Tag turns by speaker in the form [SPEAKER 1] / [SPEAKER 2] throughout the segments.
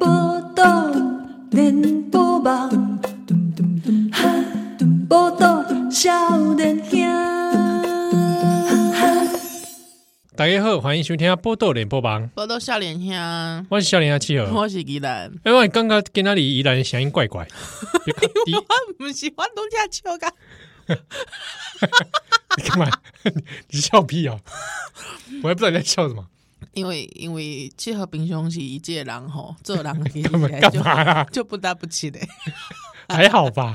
[SPEAKER 1] 报道连波网，报道少年兄。
[SPEAKER 2] 大家好，欢迎收听《波豆脸播榜》，
[SPEAKER 3] 我都笑脸兄，啊
[SPEAKER 2] 我是少年阿七儿。
[SPEAKER 3] 我是吉 兰，
[SPEAKER 2] 哎，我刚刚跟那里依然声音怪 怪，你
[SPEAKER 3] 我不喜欢东家笑啊噶，
[SPEAKER 2] 你干嘛？ 你笑屁啊！我还不知道你在笑什么，
[SPEAKER 3] 因为因为七和平常是一介人吼，做人其实
[SPEAKER 2] 干嘛干
[SPEAKER 3] 就
[SPEAKER 2] 嘛啦？
[SPEAKER 3] 就不搭不起的。
[SPEAKER 2] 还好吧？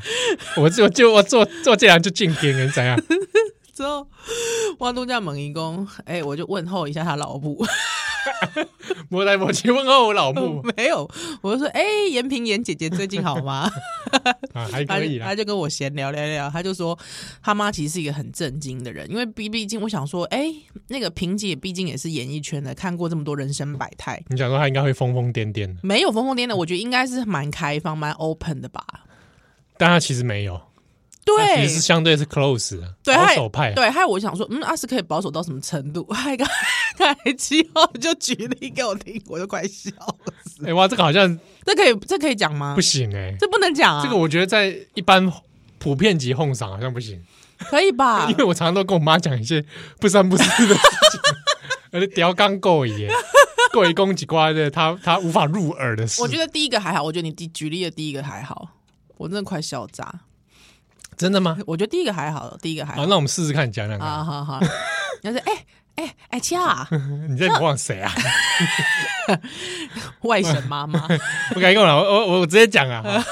[SPEAKER 2] 我就就我做做这样就进别人怎样？
[SPEAKER 3] 之后我东家问伊讲，哎、我就问候一下他老母，
[SPEAKER 2] 摸来摸去问候我老母
[SPEAKER 3] 没有，我就说，哎、严平严姐姐最近好吗？
[SPEAKER 2] 啊， 还
[SPEAKER 3] 他
[SPEAKER 2] 可以
[SPEAKER 3] 他
[SPEAKER 2] 啦。
[SPEAKER 3] 就跟我闲聊聊聊，他就说他妈其实是一个很震惊的人，因为毕毕竟我想说，哎、那个萍姐毕竟也是演艺圈的，看过这么多人生百态，
[SPEAKER 2] 你想说他应该会疯疯癫癫的，
[SPEAKER 3] 没有疯疯
[SPEAKER 2] 嗯
[SPEAKER 3] 癫癫，我觉得应该是蛮开放、蛮 open 的吧。
[SPEAKER 2] 但他其实没有，他
[SPEAKER 3] 对
[SPEAKER 2] 其实是，相对是 close 的，
[SPEAKER 3] 对
[SPEAKER 2] 保
[SPEAKER 3] 他也
[SPEAKER 2] 守派啊。
[SPEAKER 3] 对，还有我想说，嗯，阿、斯可以保守到什么程度？ 还刚才七号就举例给我听，我都快笑了。
[SPEAKER 2] 哎哇，这个好像
[SPEAKER 3] 这可以，这可以讲吗
[SPEAKER 2] 不？行哎，
[SPEAKER 3] 这不能讲啊，
[SPEAKER 2] 这个我觉得在一般普遍级哄赏好像不行。
[SPEAKER 3] 可以 吧
[SPEAKER 2] 因？为我常常都跟我妈讲一些不三不四的事情，而且屌刚够一耶， 够一公几瓜的，她她无法入耳的事。
[SPEAKER 3] 我觉得第一个还好，我觉得你第举例的第一个还好，我真的快笑炸。
[SPEAKER 2] 真的吗？
[SPEAKER 3] 我觉得第一个还好，第一个还
[SPEAKER 2] 好，
[SPEAKER 3] 好
[SPEAKER 2] 那我们试试看，讲两个。
[SPEAKER 3] 哎啊，好好。你要是哎哎哎，七 号啊，
[SPEAKER 2] 你在模仿谁啊？
[SPEAKER 3] 外省妈妈，
[SPEAKER 2] 我敢跟我老我我我直接讲 啊！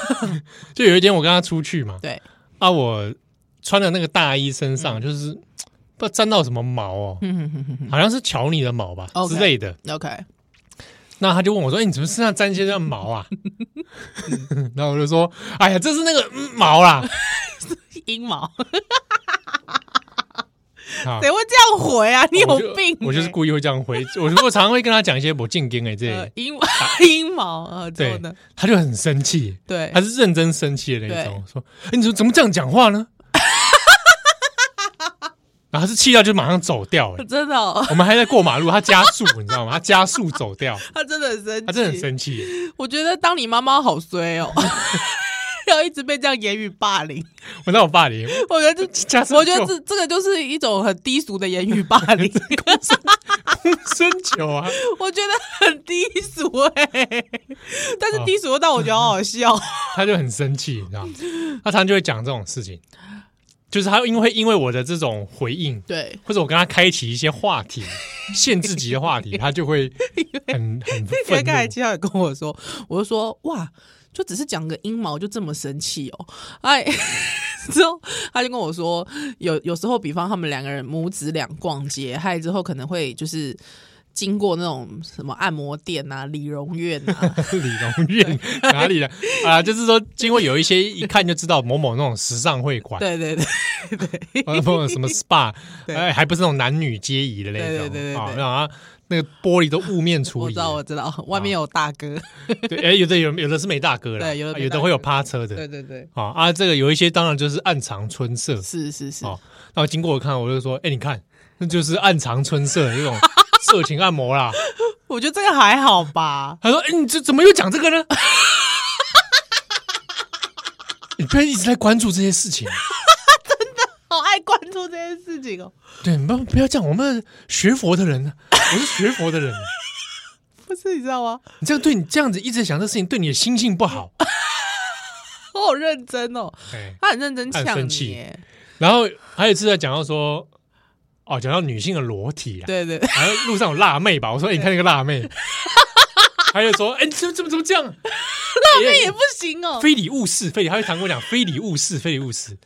[SPEAKER 2] 就有一天我跟她出去嘛，
[SPEAKER 3] 对，
[SPEAKER 2] 啊，我穿的那个大衣身上
[SPEAKER 3] 嗯
[SPEAKER 2] 就是不知道沾到什么毛哦，好像是乔尼的毛吧
[SPEAKER 3] OK
[SPEAKER 2] 之类的。
[SPEAKER 3] OK，
[SPEAKER 2] 那他就问我说：“哎、你怎么身上沾一些这样毛啊？” 然后我就说：“哎呀，这是那个、嗯毛啦。”
[SPEAKER 3] 阴毛，
[SPEAKER 2] 啊
[SPEAKER 3] 谁会这样回啊？你有
[SPEAKER 2] 我就
[SPEAKER 3] 病欸！
[SPEAKER 2] 我就是故意会这样回，我我常常会跟他讲一些我进京哎这
[SPEAKER 3] 呃
[SPEAKER 2] 些，
[SPEAKER 3] 阴毛阴毛啊，之后
[SPEAKER 2] 对
[SPEAKER 3] 呢？，
[SPEAKER 2] 他就很生气，
[SPEAKER 3] 对，
[SPEAKER 2] 他是认真生气的那一种，说哎你怎么怎么这样讲话 呢？然后他是气到就马上走掉，哎
[SPEAKER 3] 真的哦、
[SPEAKER 2] 我们还在过马路，他加速你知道吗？他加速走掉，
[SPEAKER 3] 他真的很生气，
[SPEAKER 2] 他真的很生气，哎
[SPEAKER 3] 我觉得当你妈妈好衰哦， 要一直被这样言语霸凌，
[SPEAKER 2] 我让我霸凌，
[SPEAKER 3] 我觉得这。
[SPEAKER 2] 加速
[SPEAKER 3] 我觉得
[SPEAKER 2] 就
[SPEAKER 3] 这这个就是一种很低俗的言语霸凌，
[SPEAKER 2] 生球啊，
[SPEAKER 3] 我觉得很低俗哎、 但
[SPEAKER 2] 哦
[SPEAKER 3] 是低俗到我觉得 好好笑。
[SPEAKER 2] 他就很生气，你知道吗？他常常就会讲这种事情，就是他因为因为我的这种回应，
[SPEAKER 3] 对，
[SPEAKER 2] 或者我跟他开启一些话 题，限制级的话题，他就会很很
[SPEAKER 3] 因为
[SPEAKER 2] 愤
[SPEAKER 3] 刚才
[SPEAKER 2] 怒。
[SPEAKER 3] 七号也跟我说，我就说哇，就只是讲个阴毛就这么生气哦，哎。之后他就跟我说，有有时候，比方他们两个人母子俩逛街，还有之后可能会就是经过那种什么按摩店啊、理容院 啊，
[SPEAKER 2] 李荣院哪 里的啊？就是说，经过有一些一看就知道某某那种时尚会馆，
[SPEAKER 3] 对对对
[SPEAKER 2] 或者某某什么 SPA，
[SPEAKER 3] 对
[SPEAKER 2] 哎，还不是那种男女皆宜的那
[SPEAKER 3] 对对对
[SPEAKER 2] 种
[SPEAKER 3] 对
[SPEAKER 2] 啊，
[SPEAKER 3] 对
[SPEAKER 2] 然后那个玻璃都雾面处
[SPEAKER 3] 我
[SPEAKER 2] 理
[SPEAKER 3] 知，道我知
[SPEAKER 2] 啊
[SPEAKER 3] 道，外面有大哥，
[SPEAKER 2] 对，哎，有的有有的是没大哥的，
[SPEAKER 3] 对有的没大哥
[SPEAKER 2] 有的会有趴车的
[SPEAKER 3] 对对对，
[SPEAKER 2] 啊啊，这个有一些当然就是暗藏春色，
[SPEAKER 3] 是是是，
[SPEAKER 2] 哦，然后经过我看，我就说，哎，你看，那就是暗藏春色的这种色情按摩啦。
[SPEAKER 3] 我觉得这个还好 吧，
[SPEAKER 2] 他说：“哎、你这怎么又讲这个 呢？你不要一直在关注这些事情，啊
[SPEAKER 3] 好爱关注这件事情哦，
[SPEAKER 2] 对，不不要这样。我们学佛的人呢，啊我是学佛的人，啊
[SPEAKER 3] 不是你知道吗？
[SPEAKER 2] 你这样对你这样子一直想这事情，对你的心性不好。
[SPEAKER 3] 我好认真哦，
[SPEAKER 2] 哎，
[SPEAKER 3] 他很认真
[SPEAKER 2] 他很
[SPEAKER 3] 呛
[SPEAKER 2] 生
[SPEAKER 3] 你
[SPEAKER 2] 气
[SPEAKER 3] 耶，
[SPEAKER 2] 然后还有一次在讲到说，哦，讲到女性的裸体啊，
[SPEAKER 3] 对对。
[SPEAKER 2] 然后路上有辣妹吧，我说，哎、你看那个辣 妹，还有说，哎、你怎么怎么怎么这样？辣妹
[SPEAKER 3] 也不行哦。
[SPEAKER 2] 非礼勿视，非礼，他会常跟我讲非礼勿视，非礼勿视。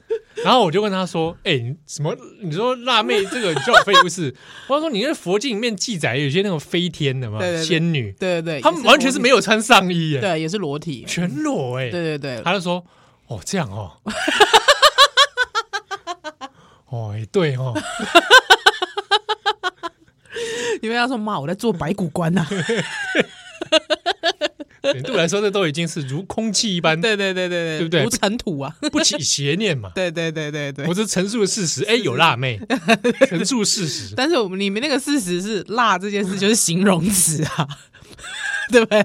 [SPEAKER 2] 然后我就问他说：“哎、你什么？你说辣妹这个你叫我非礼勿视？”我说：“你那佛经里面记载有些那种飞天的嘛，
[SPEAKER 3] 对对对
[SPEAKER 2] 仙女，
[SPEAKER 3] 对对对，
[SPEAKER 2] 她们完全是没
[SPEAKER 3] 有
[SPEAKER 2] 有穿上衣耶，
[SPEAKER 3] 对，也是裸体。
[SPEAKER 2] 全裸哎。”
[SPEAKER 3] 对对对，
[SPEAKER 2] 他就说：“哦，这样哦，哦，也对哦，
[SPEAKER 3] 啊 因为他说妈，我在做白骨观呐、
[SPEAKER 2] 对对我来说，这都已经是如空气一般，
[SPEAKER 3] 对对对对
[SPEAKER 2] 对不对
[SPEAKER 3] 无尘土 啊，
[SPEAKER 2] 不起邪念嘛。
[SPEAKER 3] 对对对对对
[SPEAKER 2] 我。只陈述事实，哎，有辣妹，陈述事实，
[SPEAKER 3] 但是我们里面那个事实是，辣这件事就是形容词啊， 对不对？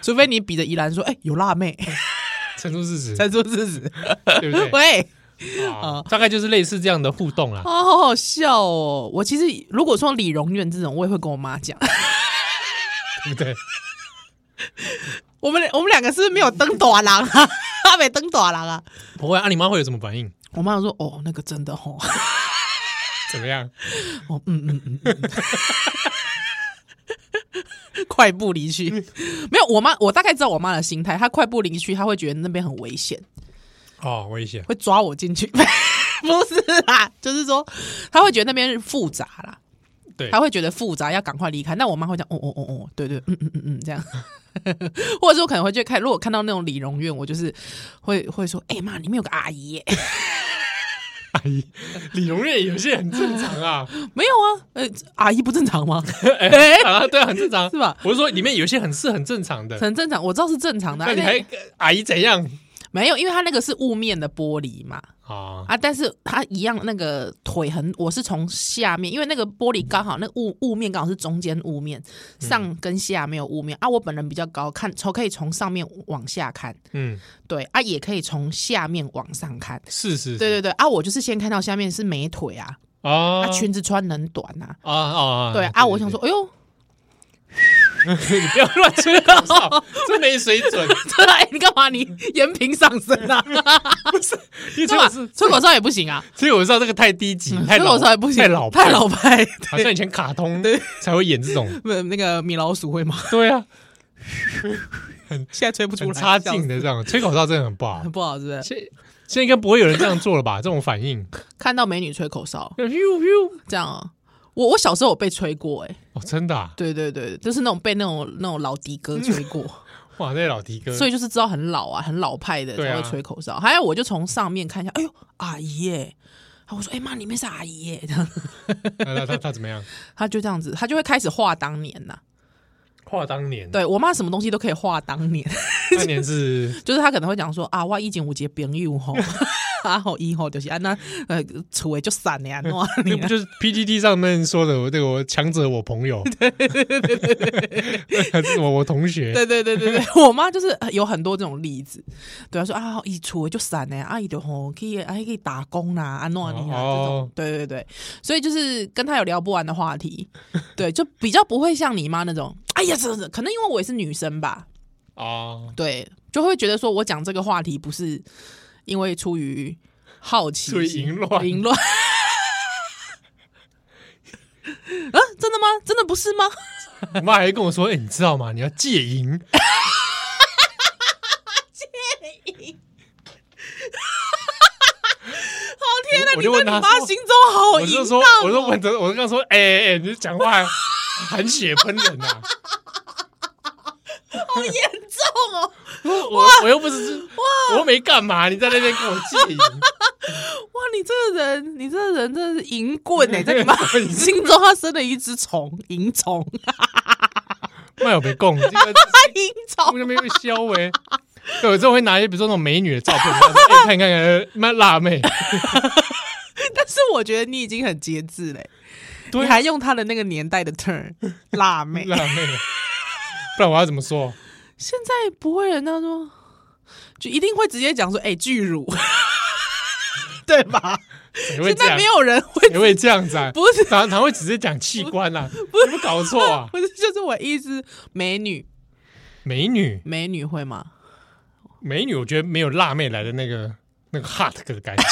[SPEAKER 3] 除非你比着宜兰说，哎、有辣 妹，
[SPEAKER 2] 陈述事 实，
[SPEAKER 3] 才说事实。
[SPEAKER 2] 对不对？
[SPEAKER 3] 喂，
[SPEAKER 2] 啊大概就是类似这样的互动啦。
[SPEAKER 3] 啊，好好笑哦！我其实如果说李荣苑这种，我也会跟我妈讲。
[SPEAKER 2] 对不对？
[SPEAKER 3] 我们我们两个是不是没有登短廊啊？ 阿没登短廊啊？
[SPEAKER 2] 不会啊，你妈会有什么反应？
[SPEAKER 3] 我妈说，哦，那个真的哦，
[SPEAKER 2] 怎么样？
[SPEAKER 3] 哦，嗯嗯嗯嗯 嗯，快步离去。没有，我妈我大概知道我妈的心态，她快步离去，她会觉得那边很危险，
[SPEAKER 2] 哦，危险
[SPEAKER 3] 会抓我进去。 不是啦，就是说她会觉得那边复杂啦，
[SPEAKER 2] 对
[SPEAKER 3] 她会觉得复杂，要赶快离开。那我妈会讲，哦哦哦哦，对对，嗯嗯嗯嗯，这样。 或者是我可能会去看，如果看到那种理容院，我就是会会说，哎、妈，里面有个阿姨耶、
[SPEAKER 2] 阿姨，李荣瑞有些很正常 啊，
[SPEAKER 3] 没有啊，呃、阿姨不正常吗？
[SPEAKER 2] 哎 啊，对啊，很正常，
[SPEAKER 3] 是吧
[SPEAKER 2] 我是说里面有些很是很正常的，
[SPEAKER 3] 很正常，我知道是正常的啊。
[SPEAKER 2] 那你
[SPEAKER 3] 因为
[SPEAKER 2] 还阿姨怎样
[SPEAKER 3] 没有，因为它那个是雾面的玻璃嘛，
[SPEAKER 2] 啊？
[SPEAKER 3] 啊，但是它一样那个腿很，我是从下面，因为那个玻璃刚好那个雾雾面刚好是中间雾面，
[SPEAKER 2] 嗯
[SPEAKER 3] 上跟下没有雾面、啊。我本人比较高，看从可以从上面往下看，
[SPEAKER 2] 嗯，
[SPEAKER 3] 对啊，也可以从下面往上看，
[SPEAKER 2] 是是，
[SPEAKER 3] 对对对啊，我就是先看到下面是美腿啊，
[SPEAKER 2] 啊
[SPEAKER 3] 啊裙子穿很短啊，
[SPEAKER 2] 啊啊，
[SPEAKER 3] 对啊，我想说，，哎呦，
[SPEAKER 2] 对你不要乱吹口 哨，真没水准，
[SPEAKER 3] 对啊，哎你干 嘛你延平上升啊？
[SPEAKER 2] 因为
[SPEAKER 3] 对
[SPEAKER 2] 这
[SPEAKER 3] 吧
[SPEAKER 2] 个是？，
[SPEAKER 3] 吹口哨也不行啊，
[SPEAKER 2] 所以我知道这个太低级，太
[SPEAKER 3] 嗯吹
[SPEAKER 2] 老
[SPEAKER 3] 口哨也不行，
[SPEAKER 2] 太老
[SPEAKER 3] 太老派，
[SPEAKER 2] 好像以前卡 通才会演这种，
[SPEAKER 3] 不那个米老鼠会吗？
[SPEAKER 2] 对啊，
[SPEAKER 3] 现在吹不出
[SPEAKER 2] 很
[SPEAKER 3] 来，
[SPEAKER 2] 差
[SPEAKER 3] 笑
[SPEAKER 2] 劲
[SPEAKER 3] 死
[SPEAKER 2] 的这样，吹口哨真的很不好
[SPEAKER 3] 很。不好，是不是？
[SPEAKER 2] 现现在应该不会有人这样做了吧？这种反 应，
[SPEAKER 3] 看到美女吹口哨
[SPEAKER 2] 呦呦，
[SPEAKER 3] 这样啊，我我小时候有被吹过、欸，哎，
[SPEAKER 2] 哦，真的啊，
[SPEAKER 3] 对对对，就是那种被那种那种老迪哥吹 过，
[SPEAKER 2] 哇，那老迪哥，
[SPEAKER 3] 所以就是知道很老啊，很老派的
[SPEAKER 2] 对
[SPEAKER 3] 才
[SPEAKER 2] 啊
[SPEAKER 3] 会吹口哨。还有我就从上面看一下，哎呦，阿姨耶、啊我说：“哎、妈，里面是阿姨耶、 这样，
[SPEAKER 2] 那他他他怎么样？
[SPEAKER 3] 他就这样子，他就会开始画当年呐、
[SPEAKER 2] 话当年，
[SPEAKER 3] 对我妈什么东西都可以画当年，
[SPEAKER 2] 当年是
[SPEAKER 3] 就是他可能会讲说啊，我以前有一个朋友吼， 啊吼以后就是啊那呃厝的就散的啊，怎样
[SPEAKER 2] 那不就是 PPT 上面说的我这个我强者我朋 友， 还是我我同学，
[SPEAKER 3] 对对对对对， 我妈就是有很多这种例子，对她说啊，伊厝的就散呢，啊伊就吼去啊去打工啦，啊诺尼啊这种
[SPEAKER 2] 哦，
[SPEAKER 3] 对对对，所以就是跟她有聊不完的话题，对，就比较不会像你妈那种，哎呀，这这，可能因为我也是女生吧，
[SPEAKER 2] 哦，
[SPEAKER 3] 对，就会觉得说我讲这个话题不是因为出于好奇
[SPEAKER 2] 出于
[SPEAKER 3] 心
[SPEAKER 2] 淫乱
[SPEAKER 3] 淫乱。啊，啊真的吗？真的不是吗？
[SPEAKER 2] 我妈还跟我说，哎，你知道吗？你要戒淫，
[SPEAKER 3] 哦天哪！
[SPEAKER 2] 我
[SPEAKER 3] 你
[SPEAKER 2] 就
[SPEAKER 3] 在
[SPEAKER 2] 问
[SPEAKER 3] 你
[SPEAKER 2] 她
[SPEAKER 3] 妈
[SPEAKER 2] 说
[SPEAKER 3] 心中好
[SPEAKER 2] 我
[SPEAKER 3] 淫
[SPEAKER 2] 就说
[SPEAKER 3] 荡，哦
[SPEAKER 2] 我说我就我就跟她说，哎哎，哎你讲话含血喷人啊呐，
[SPEAKER 3] 好严重哦！
[SPEAKER 2] 我我我又不是我又没干嘛，你在那边跟我戒 淫，
[SPEAKER 3] 哇，你这个人，你这个人真的是淫棍哎、 在你妈心中， 他生了一只虫，淫虫，
[SPEAKER 2] 那有没供这 个。
[SPEAKER 3] 淫
[SPEAKER 2] 我
[SPEAKER 3] 虫，
[SPEAKER 2] 就没有消哎。对，我之后会拿一些比如说那种美女的照片，然后说哎、看看看，妈辣妹，
[SPEAKER 3] 但是我觉得你已经很节制嘞、
[SPEAKER 2] 对
[SPEAKER 3] 你还用他的那个年代的 turn 辣妹，
[SPEAKER 2] 辣妹，不然我要怎么说？
[SPEAKER 3] 现在不会人家说，就一定会直接讲说，哎、巨乳，对吧？
[SPEAKER 2] 谁会这
[SPEAKER 3] 现在
[SPEAKER 2] 样
[SPEAKER 3] 没？有人会，
[SPEAKER 2] 谁会这样子啊？
[SPEAKER 3] 不是
[SPEAKER 2] 常常会直接讲器官啦、啊，有没有搞错啊？
[SPEAKER 3] 不是，就是我意思，美女，
[SPEAKER 2] 美女，
[SPEAKER 3] 美女会吗？
[SPEAKER 2] 美女，我觉得没有辣妹来的那个那个 hot 的感觉，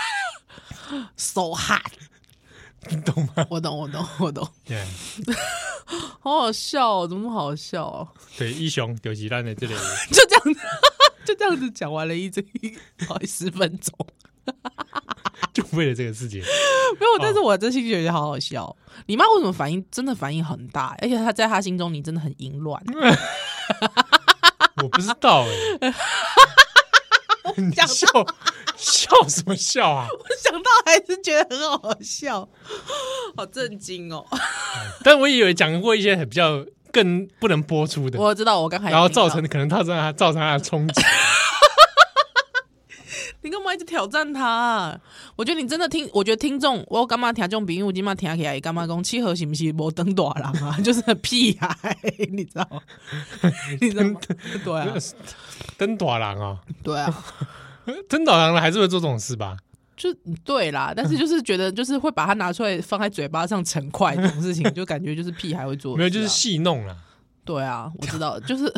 [SPEAKER 3] 手汗，
[SPEAKER 2] 你懂吗？
[SPEAKER 3] 我懂，我懂，我懂，
[SPEAKER 2] 对，
[SPEAKER 3] 好好笑哦，怎么那么好笑哦？
[SPEAKER 2] 对，一雄有几烂的这里，
[SPEAKER 3] 就这样子，就这样子讲完了一整一好十分钟。
[SPEAKER 2] 就为了这个事情，
[SPEAKER 3] 没有，但是我真心觉得好好笑。你妈为什么反应真的反应很大？而且她在她心中你真的很淫乱。
[SPEAKER 2] 我不知道哎、 你笑笑什么笑啊？
[SPEAKER 3] 我 想到还是觉得 很好笑，好震惊哦。
[SPEAKER 2] 但我也有讲过一些很比较更不能播出的，
[SPEAKER 3] 我知道，我刚才
[SPEAKER 2] 然后
[SPEAKER 3] 听到
[SPEAKER 2] 造成可能造成他造成他的冲击。
[SPEAKER 3] 你干嘛一直挑战他、啊？我觉得你真的听，我觉得听众，我干嘛听众朋友，我今嘛听起来干嘛讲契合是不是无登大人啊？ 就是很屁孩、你知道？你知道吗？ 对啊，
[SPEAKER 2] 登短郎啊，
[SPEAKER 3] 对啊，
[SPEAKER 2] 登短郎了啊还是会做这种事吧？
[SPEAKER 3] 就嗯对啦。但是就是觉得，就是会把它拿出来放在嘴巴上成块这种 事情，就感觉就是屁孩会做的事啊、
[SPEAKER 2] 没有，就是戏弄啦。
[SPEAKER 3] 对啊，我知道，就是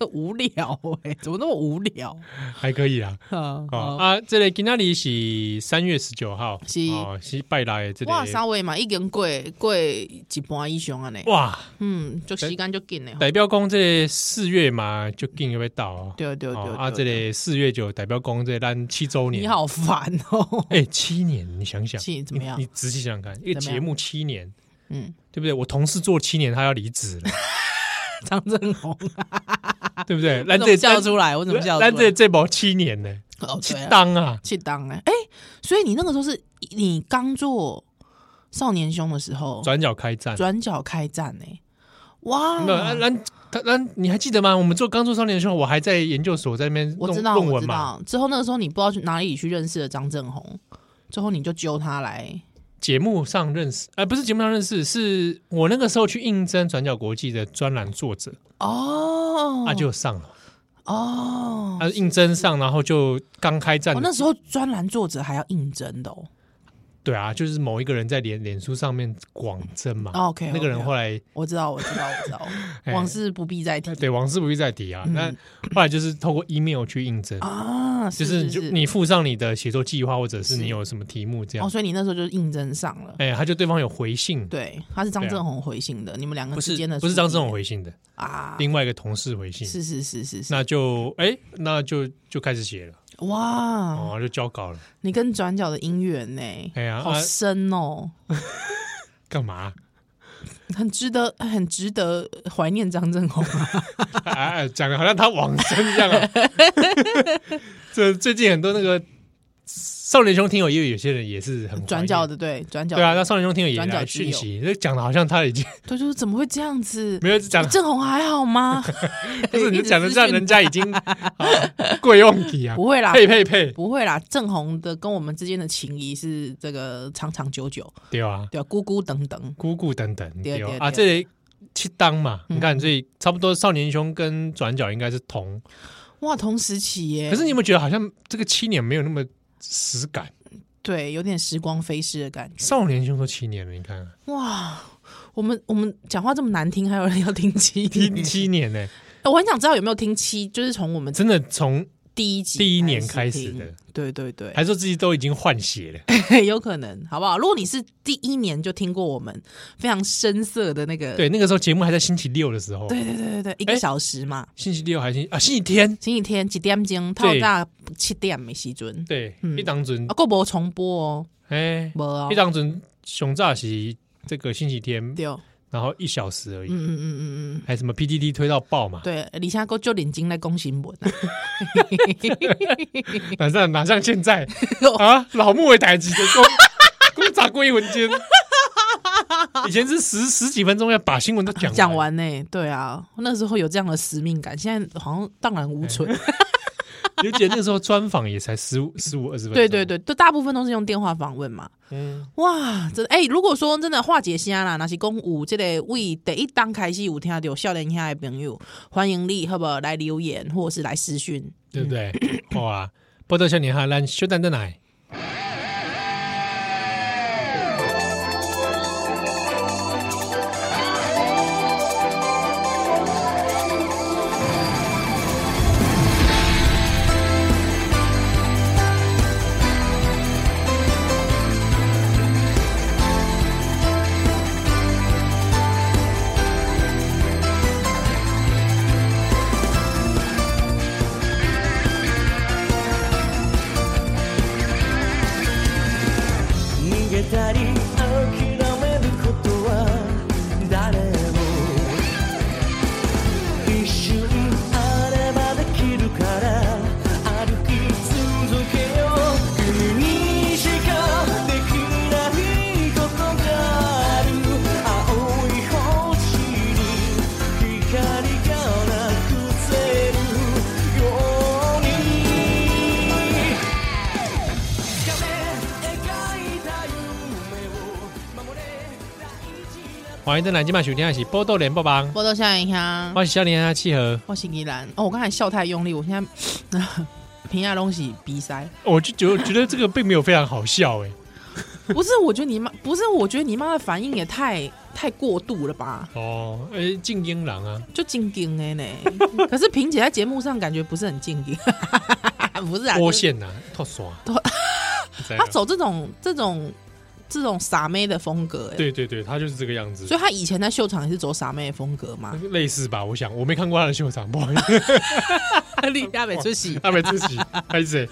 [SPEAKER 3] 很无聊哎、怎么那么无聊
[SPEAKER 2] 还可以啦。
[SPEAKER 3] 啊？
[SPEAKER 2] 哦
[SPEAKER 3] 啊
[SPEAKER 2] 啊，这里今天里是三月十九号，
[SPEAKER 3] 是
[SPEAKER 2] 哦，是拜来的这里。
[SPEAKER 3] 哇，稍微嘛，已经过过一半以上啊呢。
[SPEAKER 2] 哇，
[SPEAKER 3] 嗯，就时间就紧嘞。
[SPEAKER 2] 代表公这四月嘛，就近要到哦。
[SPEAKER 3] 对对对
[SPEAKER 2] 哦
[SPEAKER 3] 对
[SPEAKER 2] 啊，这
[SPEAKER 3] 对
[SPEAKER 2] 里四月九代表公这咱七周年。
[SPEAKER 3] 你，好烦哦。
[SPEAKER 2] 哎，七年，你想想，
[SPEAKER 3] 七怎么样
[SPEAKER 2] 你你仔细想想看，一个
[SPEAKER 3] 啊怎么
[SPEAKER 2] 节
[SPEAKER 3] 样
[SPEAKER 2] 目七年，
[SPEAKER 3] 嗯，
[SPEAKER 2] 对不对？我同事做七年，他要离职了，
[SPEAKER 3] 张正宏，
[SPEAKER 2] 对不对？
[SPEAKER 3] 我
[SPEAKER 2] 咱
[SPEAKER 3] 啊怎么
[SPEAKER 2] 这
[SPEAKER 3] 笑出来？我怎么笑出来？
[SPEAKER 2] 咱这这波七年呢，
[SPEAKER 3] 哦，
[SPEAKER 2] 七
[SPEAKER 3] 对啊，
[SPEAKER 2] 当啊，
[SPEAKER 3] 去当哎哎，所以你那个时候是你刚做少年兄的时候，
[SPEAKER 2] 转角开战。
[SPEAKER 3] 转角开战哎，哇，
[SPEAKER 2] 没有，啊咱他咱你还记得吗？我们做刚做少年的时候，我还在研究所在那边
[SPEAKER 3] 我
[SPEAKER 2] 弄
[SPEAKER 3] 知道，
[SPEAKER 2] 论
[SPEAKER 3] 我
[SPEAKER 2] 文
[SPEAKER 3] 知
[SPEAKER 2] 嘛，
[SPEAKER 3] 道。之后那个时候你不知道去哪里去认识了张正宏，之后你就揪他来，
[SPEAKER 2] 节目上认识，哎、不是节目上认识，是我那个时候去应征转角国际的专栏作者，
[SPEAKER 3] 哦，
[SPEAKER 2] 啊就上了，
[SPEAKER 3] 哦，
[SPEAKER 2] 啊应征上，然后就刚开战
[SPEAKER 3] 哦，，那时候专栏作者还要应征的哦。
[SPEAKER 2] 对啊，就是某一个人在脸脸书上面广征嘛、
[SPEAKER 3] 哦 OK，
[SPEAKER 2] 那个人
[SPEAKER 3] OK，
[SPEAKER 2] 后来
[SPEAKER 3] 我知道，我知道，我 知道，
[SPEAKER 2] 哎
[SPEAKER 3] 往事不必再提
[SPEAKER 2] 对王师不会再提啊，
[SPEAKER 3] 嗯
[SPEAKER 2] 那、后来就是透过 email 去应征。
[SPEAKER 3] 啊。
[SPEAKER 2] 就是是你就是你附上你的写作计划，或者是
[SPEAKER 3] 是
[SPEAKER 2] 你有什么题目这样
[SPEAKER 3] 哦，，所以你那时候就应征上了。
[SPEAKER 2] 哎、他就对方有回信，
[SPEAKER 3] 对，他是张
[SPEAKER 2] 对啊
[SPEAKER 3] 正宏回信的，你们两个
[SPEAKER 2] 不
[SPEAKER 3] 之
[SPEAKER 2] 是
[SPEAKER 3] 间的
[SPEAKER 2] 不是张志宏
[SPEAKER 3] 回
[SPEAKER 2] 回信的，
[SPEAKER 3] 啊，
[SPEAKER 2] 另外一个同事回信，
[SPEAKER 3] 是是是是是，
[SPEAKER 2] 那就哎、那就就开始写了，
[SPEAKER 3] 哇，
[SPEAKER 2] 哦，就交稿了，
[SPEAKER 3] 你跟转角的姻缘呢，
[SPEAKER 2] 哎呀
[SPEAKER 3] 好
[SPEAKER 2] 啊
[SPEAKER 3] 深哦，
[SPEAKER 2] 干嘛？
[SPEAKER 3] 很值得，很值得怀念张正 宏啊。
[SPEAKER 2] 哎哎，讲的好像他往生一样 啊。这最近很多那个少年兄听友，也有有些人也是很怀念
[SPEAKER 3] 转角，的对，转角
[SPEAKER 2] 对啊，那少年兄听友也
[SPEAKER 3] 转角
[SPEAKER 2] 来
[SPEAKER 3] 之友
[SPEAKER 2] 讯息，那讲的好像他已经？
[SPEAKER 3] 对，就是怎么会这样子
[SPEAKER 2] 没有讲得，
[SPEAKER 3] 正宏还 好吗？
[SPEAKER 2] 不是你讲的这样，
[SPEAKER 3] 一直私讯
[SPEAKER 2] 人家已经啊贵用体啊，
[SPEAKER 3] 不会啦，
[SPEAKER 2] 呸呸呸，
[SPEAKER 3] 不会啦，正宏的跟我们之间的情谊是这个长长久久，
[SPEAKER 2] 对啊，
[SPEAKER 3] 对吧、咕咕等等，
[SPEAKER 2] 姑姑等等，
[SPEAKER 3] 对
[SPEAKER 2] 啊
[SPEAKER 3] 对
[SPEAKER 2] 啊，这
[SPEAKER 3] 对
[SPEAKER 2] 里七当嘛，
[SPEAKER 3] 嗯
[SPEAKER 2] 你看，所以差不多少年兄跟转角应该是同。
[SPEAKER 3] 哇，同时期耶。
[SPEAKER 2] 可是你有没有觉得好像这个七年没有那么实感？
[SPEAKER 3] 嗯对，有点时光飞逝的感觉。
[SPEAKER 2] 少年兄都七年了，你看啊看
[SPEAKER 3] 哇，我们我们讲话这么难听，还有人要听 七
[SPEAKER 2] 听七年呢、
[SPEAKER 3] 哎我很想知道有没有听七，就是从我们
[SPEAKER 2] 真的从
[SPEAKER 3] 第一集
[SPEAKER 2] 第一年开始
[SPEAKER 3] 始听
[SPEAKER 2] 的。
[SPEAKER 3] 对对对，
[SPEAKER 2] 还说自己都已经换血了，
[SPEAKER 3] 有可能，好不好？如果你是第一年就听过我们非常深色的那个，
[SPEAKER 2] 对，那个时候节目还在星期六的时候，
[SPEAKER 3] 对对对对对，一个
[SPEAKER 2] 哎
[SPEAKER 3] 小时嘛，
[SPEAKER 2] 星期六还星啊星期天，
[SPEAKER 3] 星期天几点钟？
[SPEAKER 2] 对
[SPEAKER 3] 套大七点没时准，
[SPEAKER 2] 对，
[SPEAKER 3] 嗯
[SPEAKER 2] 一档准
[SPEAKER 3] 啊，，够无重播哦，
[SPEAKER 2] 哎，
[SPEAKER 3] 无哦
[SPEAKER 2] 一，档准熊炸是这个星期天，
[SPEAKER 3] 对，嗯
[SPEAKER 2] 然后一小时而已，
[SPEAKER 3] 嗯嗯嗯嗯。
[SPEAKER 2] 还什么 PDD 推到爆嘛，
[SPEAKER 3] 对，李香哥就领巾来攻新闻、啊，
[SPEAKER 2] 哪像哪像现 在
[SPEAKER 3] 哦
[SPEAKER 2] 啊，老木为台机的公 公砸归文间，以前是十十几分钟要把新闻都讲
[SPEAKER 3] 讲完呢、对啊，那时候有这样的使命感，现在好像荡然无存。
[SPEAKER 2] 哎刘姐那时候专访也才十五十五二十分钟，
[SPEAKER 3] 对对，对，都大部分都是用电话访问嘛。
[SPEAKER 2] 嗯，
[SPEAKER 3] 哇，真的哎、如果说真的化解虾啦，那是公有这个为第一档开始有听到少年兄的朋友，欢迎你，好不好？来留言或是来私讯。
[SPEAKER 2] 对不对？哇，波多少年哈，咱小蛋蛋来。
[SPEAKER 4] 「
[SPEAKER 2] 欢迎登来今晚收听的是《波豆连波帮》，
[SPEAKER 3] 波多夏银香，
[SPEAKER 2] 我是少年阿契合，
[SPEAKER 3] 我是宜兰。哦，我刚才笑太用力，我现在 评价东西鼻塞。
[SPEAKER 2] 哦我就觉得觉得这个并没有非常好笑哎、
[SPEAKER 3] 不是，我觉得你妈不是，我觉得你妈的反应也太太过度了吧？
[SPEAKER 2] 哦，呃，静音郎啊，
[SPEAKER 3] 就静音的呢。可是萍姐在节目上感觉不是很静音， 不是啊？
[SPEAKER 2] 脱
[SPEAKER 3] 就是
[SPEAKER 2] 线呐、啊，脱刷，
[SPEAKER 3] 脱
[SPEAKER 2] 你知道吗
[SPEAKER 3] 她走这种这种这种傻妹的风格、欸，
[SPEAKER 2] 对对对，他就是这个样子
[SPEAKER 3] 所，以她以前在秀场也是走傻妹的风格嘛。
[SPEAKER 2] 类似吧？我想我没看过他的秀场，不好意思，嗯
[SPEAKER 3] 丽亚美出席
[SPEAKER 2] 他没自己拍 谁？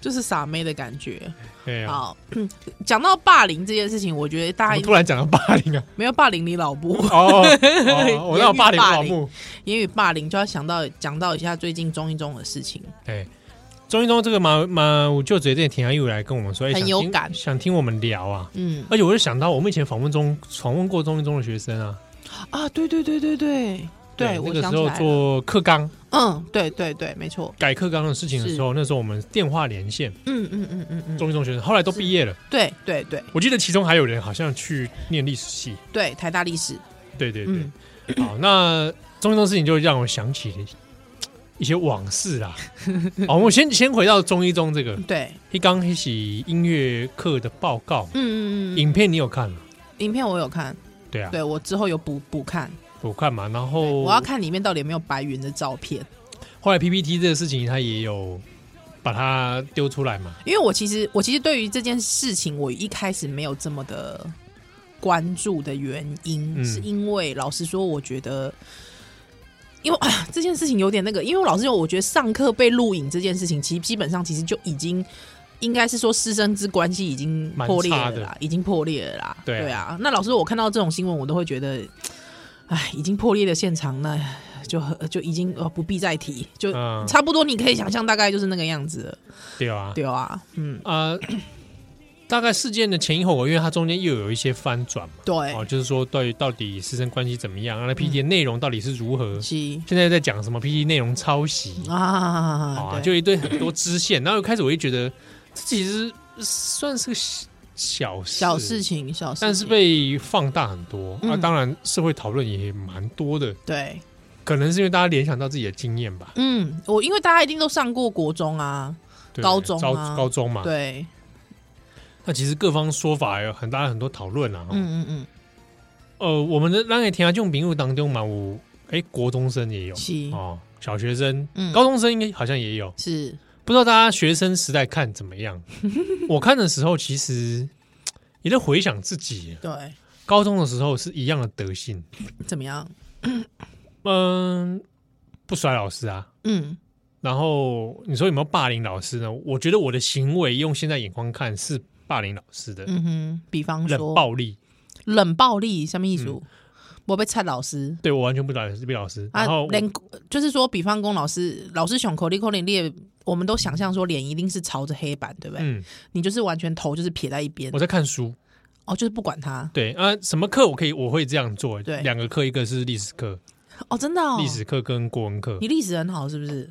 [SPEAKER 3] 就是傻妹的感觉。
[SPEAKER 2] 哎呀，
[SPEAKER 3] 好，嗯讲到霸凌这件事情，我觉得大
[SPEAKER 2] 我
[SPEAKER 3] 家
[SPEAKER 2] 突然讲到霸凌啊，
[SPEAKER 3] 没有霸凌你老母，
[SPEAKER 2] 哦，哦我那霸凌
[SPEAKER 3] 言语霸
[SPEAKER 2] 老
[SPEAKER 3] 凌
[SPEAKER 2] 木，
[SPEAKER 3] 言语霸凌就要想到讲到一下最近中一中的事情。
[SPEAKER 2] 对，中一中这个马马五舅直接田安又来跟我们说，哎，
[SPEAKER 3] 很
[SPEAKER 2] 想
[SPEAKER 3] 有
[SPEAKER 2] 听
[SPEAKER 3] 感
[SPEAKER 2] 想听我们聊啊。
[SPEAKER 3] 嗯
[SPEAKER 2] 而且我就想到，我们以前访问中访问过中一中的学生啊，
[SPEAKER 3] 啊，对对对对对对，
[SPEAKER 2] 那
[SPEAKER 3] 我
[SPEAKER 2] 个
[SPEAKER 3] 想
[SPEAKER 2] 时
[SPEAKER 3] 起
[SPEAKER 2] 候
[SPEAKER 3] 来了，
[SPEAKER 2] 做课纲
[SPEAKER 3] 嗯，对对对，没错，
[SPEAKER 2] 改课纲的事情的时候，那时候我们电话连线
[SPEAKER 3] 嗯嗯嗯嗯嗯，
[SPEAKER 2] 中一中学生，后来都毕业了。
[SPEAKER 3] 对对对
[SPEAKER 2] 我记得其中还有人好像去念历史系，
[SPEAKER 3] 对，台大历史，
[SPEAKER 2] 对对对
[SPEAKER 3] 嗯。，
[SPEAKER 2] 好，那中一中事情就让我想起一些往事 啊。好，我们先先回到中一中这个，
[SPEAKER 3] 对，
[SPEAKER 2] 一刚一起音乐课的报告，
[SPEAKER 3] 嗯嗯嗯，
[SPEAKER 2] 影片你有看了？
[SPEAKER 3] 影片我有看，
[SPEAKER 2] 对啊，
[SPEAKER 3] 对我之后有补补看，
[SPEAKER 2] 我看嘛。然后
[SPEAKER 3] 我要看里面到底有没有白云的照片。
[SPEAKER 2] 后来 PPT 这个事情，他也有把它丢出来嘛。
[SPEAKER 3] 因为我其实我其实对于这件事情，我一开始没有这么的关注的原因，
[SPEAKER 2] 嗯
[SPEAKER 3] 是因为老实说，我觉得。因为、 啊、这件事情有点那个，因为老实说，我觉得上课被录影这件事情，其实基本上其实就已经应该是说师生之关系已经
[SPEAKER 2] 蛮
[SPEAKER 3] 破裂
[SPEAKER 2] 差
[SPEAKER 3] 了
[SPEAKER 2] 的
[SPEAKER 3] 啦，已经破裂了啦。
[SPEAKER 2] 对啊
[SPEAKER 3] 啊，那老实说，我看到这种新闻，我都会觉得，哎，已经破裂的现场，那就就已经呃不必再提，就、
[SPEAKER 2] 嗯，
[SPEAKER 3] 差不多你可以想象大概就是那个样子了。
[SPEAKER 2] 对啊，
[SPEAKER 3] 对啊，嗯。
[SPEAKER 2] 啊、 大概事件的前因后果，因为它中间又有一些翻转嘛。
[SPEAKER 3] 对，嗯
[SPEAKER 2] 哦，就是说对于到底师生关系怎么样，啊那 PPT 的内容到底是如何？
[SPEAKER 3] 是
[SPEAKER 2] 现在在讲什么 PPT 内容抄袭
[SPEAKER 3] 啊，
[SPEAKER 2] 啊，
[SPEAKER 3] 对
[SPEAKER 2] 就一堆很多支线。然后一开始我就觉得这其实算是个小
[SPEAKER 3] 小事情，小事情，
[SPEAKER 2] 但是被放大很多、啊，
[SPEAKER 3] 嗯
[SPEAKER 2] 当然社会讨论也蛮多的，
[SPEAKER 3] 对，
[SPEAKER 2] 可能是因为大家联想到自己的经验吧，
[SPEAKER 3] 嗯，我因为大家一定都上过国中啊，
[SPEAKER 2] 对
[SPEAKER 3] 高中
[SPEAKER 2] 高
[SPEAKER 3] 啊
[SPEAKER 2] 高中嘛，
[SPEAKER 3] 对，
[SPEAKER 2] 那其实各方说法有很大很多讨论啊。
[SPEAKER 3] 嗯嗯
[SPEAKER 2] 呃，我们的让给天下用名录当中嘛，我哎国中生也有
[SPEAKER 3] 嗯，是，
[SPEAKER 2] 哦，小学生、
[SPEAKER 3] 嗯，
[SPEAKER 2] 高中生应该好像也有，
[SPEAKER 3] 是，
[SPEAKER 2] 不知道大家学生时代看怎么 样？我看的时候其实也在回想自己
[SPEAKER 3] 对，
[SPEAKER 2] 高中的时候是一样的德性，
[SPEAKER 3] 怎么样？
[SPEAKER 2] 嗯，不甩老师啊。
[SPEAKER 3] 嗯，
[SPEAKER 2] 然后你说有没有霸凌老师呢？我觉得我的行为用现在眼光看是霸凌老师的、
[SPEAKER 3] 嗯哼，比方
[SPEAKER 2] 冷
[SPEAKER 3] 说
[SPEAKER 2] 暴力，嗯
[SPEAKER 3] 冷暴力什么意思？我被蔡老师
[SPEAKER 2] 对我完全不打是被老师。
[SPEAKER 3] 啊
[SPEAKER 2] 然后，我
[SPEAKER 3] 连就是说，比方公老师老师胸口里口里裂，我们都想象说脸一定是朝着黑板，对不对？
[SPEAKER 2] 嗯，
[SPEAKER 3] 你就是完全头就是撇在一边
[SPEAKER 2] 我，在看书，
[SPEAKER 3] 哦，就是不管他，
[SPEAKER 2] 对啊，什么课我可以我会这样做，
[SPEAKER 3] 对
[SPEAKER 2] 两个课，一个是历史课，
[SPEAKER 3] 哦，真的，哦
[SPEAKER 2] 历，史课跟国文课。
[SPEAKER 3] 你历史很好是不是？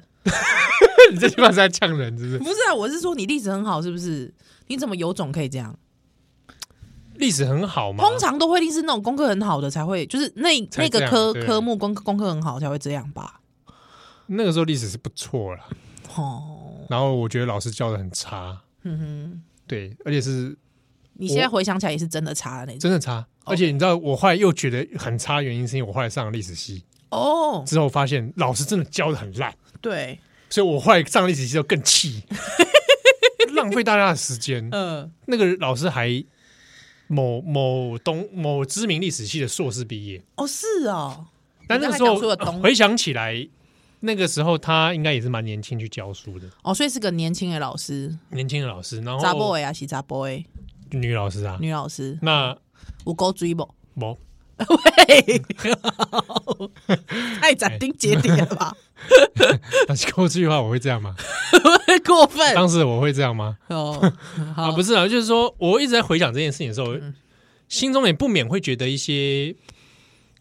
[SPEAKER 2] 你这句话是在呛人，是不是？
[SPEAKER 3] 不是啊，我是说你历史很好，是不是？你怎么有种可以这样？
[SPEAKER 2] 历史很好嘛，
[SPEAKER 3] 通常都会一定是那种功课很好的才会，就是那
[SPEAKER 2] 才这
[SPEAKER 3] 那个
[SPEAKER 2] 样
[SPEAKER 3] 科
[SPEAKER 2] 对
[SPEAKER 3] 科目功功课很好才会这样吧？
[SPEAKER 2] 那个时候历史是不错啦。
[SPEAKER 3] 哦，
[SPEAKER 2] 然后我觉得老师教的很差，
[SPEAKER 3] 嗯哼，
[SPEAKER 2] 对，而且是
[SPEAKER 3] 你现在回想起来也是真的差的那种
[SPEAKER 2] 真的差。
[SPEAKER 3] 哦
[SPEAKER 2] 而且你知道，我后来又觉得很差，的原因是因为我后来上了历史系
[SPEAKER 3] 哦，
[SPEAKER 2] 之后，发现老师真的教的很烂。
[SPEAKER 3] 对，
[SPEAKER 2] 所以我后来上历史系就更 气，浪费大家的时间。
[SPEAKER 3] 嗯
[SPEAKER 2] 那个老师还某某东某知名历史系的硕士毕业，
[SPEAKER 3] 哦是哦，
[SPEAKER 2] 但那个时
[SPEAKER 3] 你刚才讲说的
[SPEAKER 2] 候
[SPEAKER 3] 东
[SPEAKER 2] 回想起来，那个时候他应该也是蛮年轻去教书的，
[SPEAKER 3] 哦，所以是个年轻的老师，
[SPEAKER 2] 年轻的老师，然
[SPEAKER 3] 杂
[SPEAKER 2] 后
[SPEAKER 3] boy 啊，是杂 boy
[SPEAKER 2] 女老师啊，
[SPEAKER 3] 女老师，
[SPEAKER 2] 那
[SPEAKER 3] 我够追 不？
[SPEAKER 2] 某
[SPEAKER 3] 喂，太斩钉截铁了吧？
[SPEAKER 2] 那过去的话我会这样 吗？哎
[SPEAKER 3] 过分
[SPEAKER 2] 当时我会这样吗？
[SPEAKER 3] 哦，
[SPEAKER 2] 啊，
[SPEAKER 3] 好，
[SPEAKER 2] 不是啊，就是说我一直在回想这件事情的时候，
[SPEAKER 3] 嗯
[SPEAKER 2] 心中也不免会觉得一些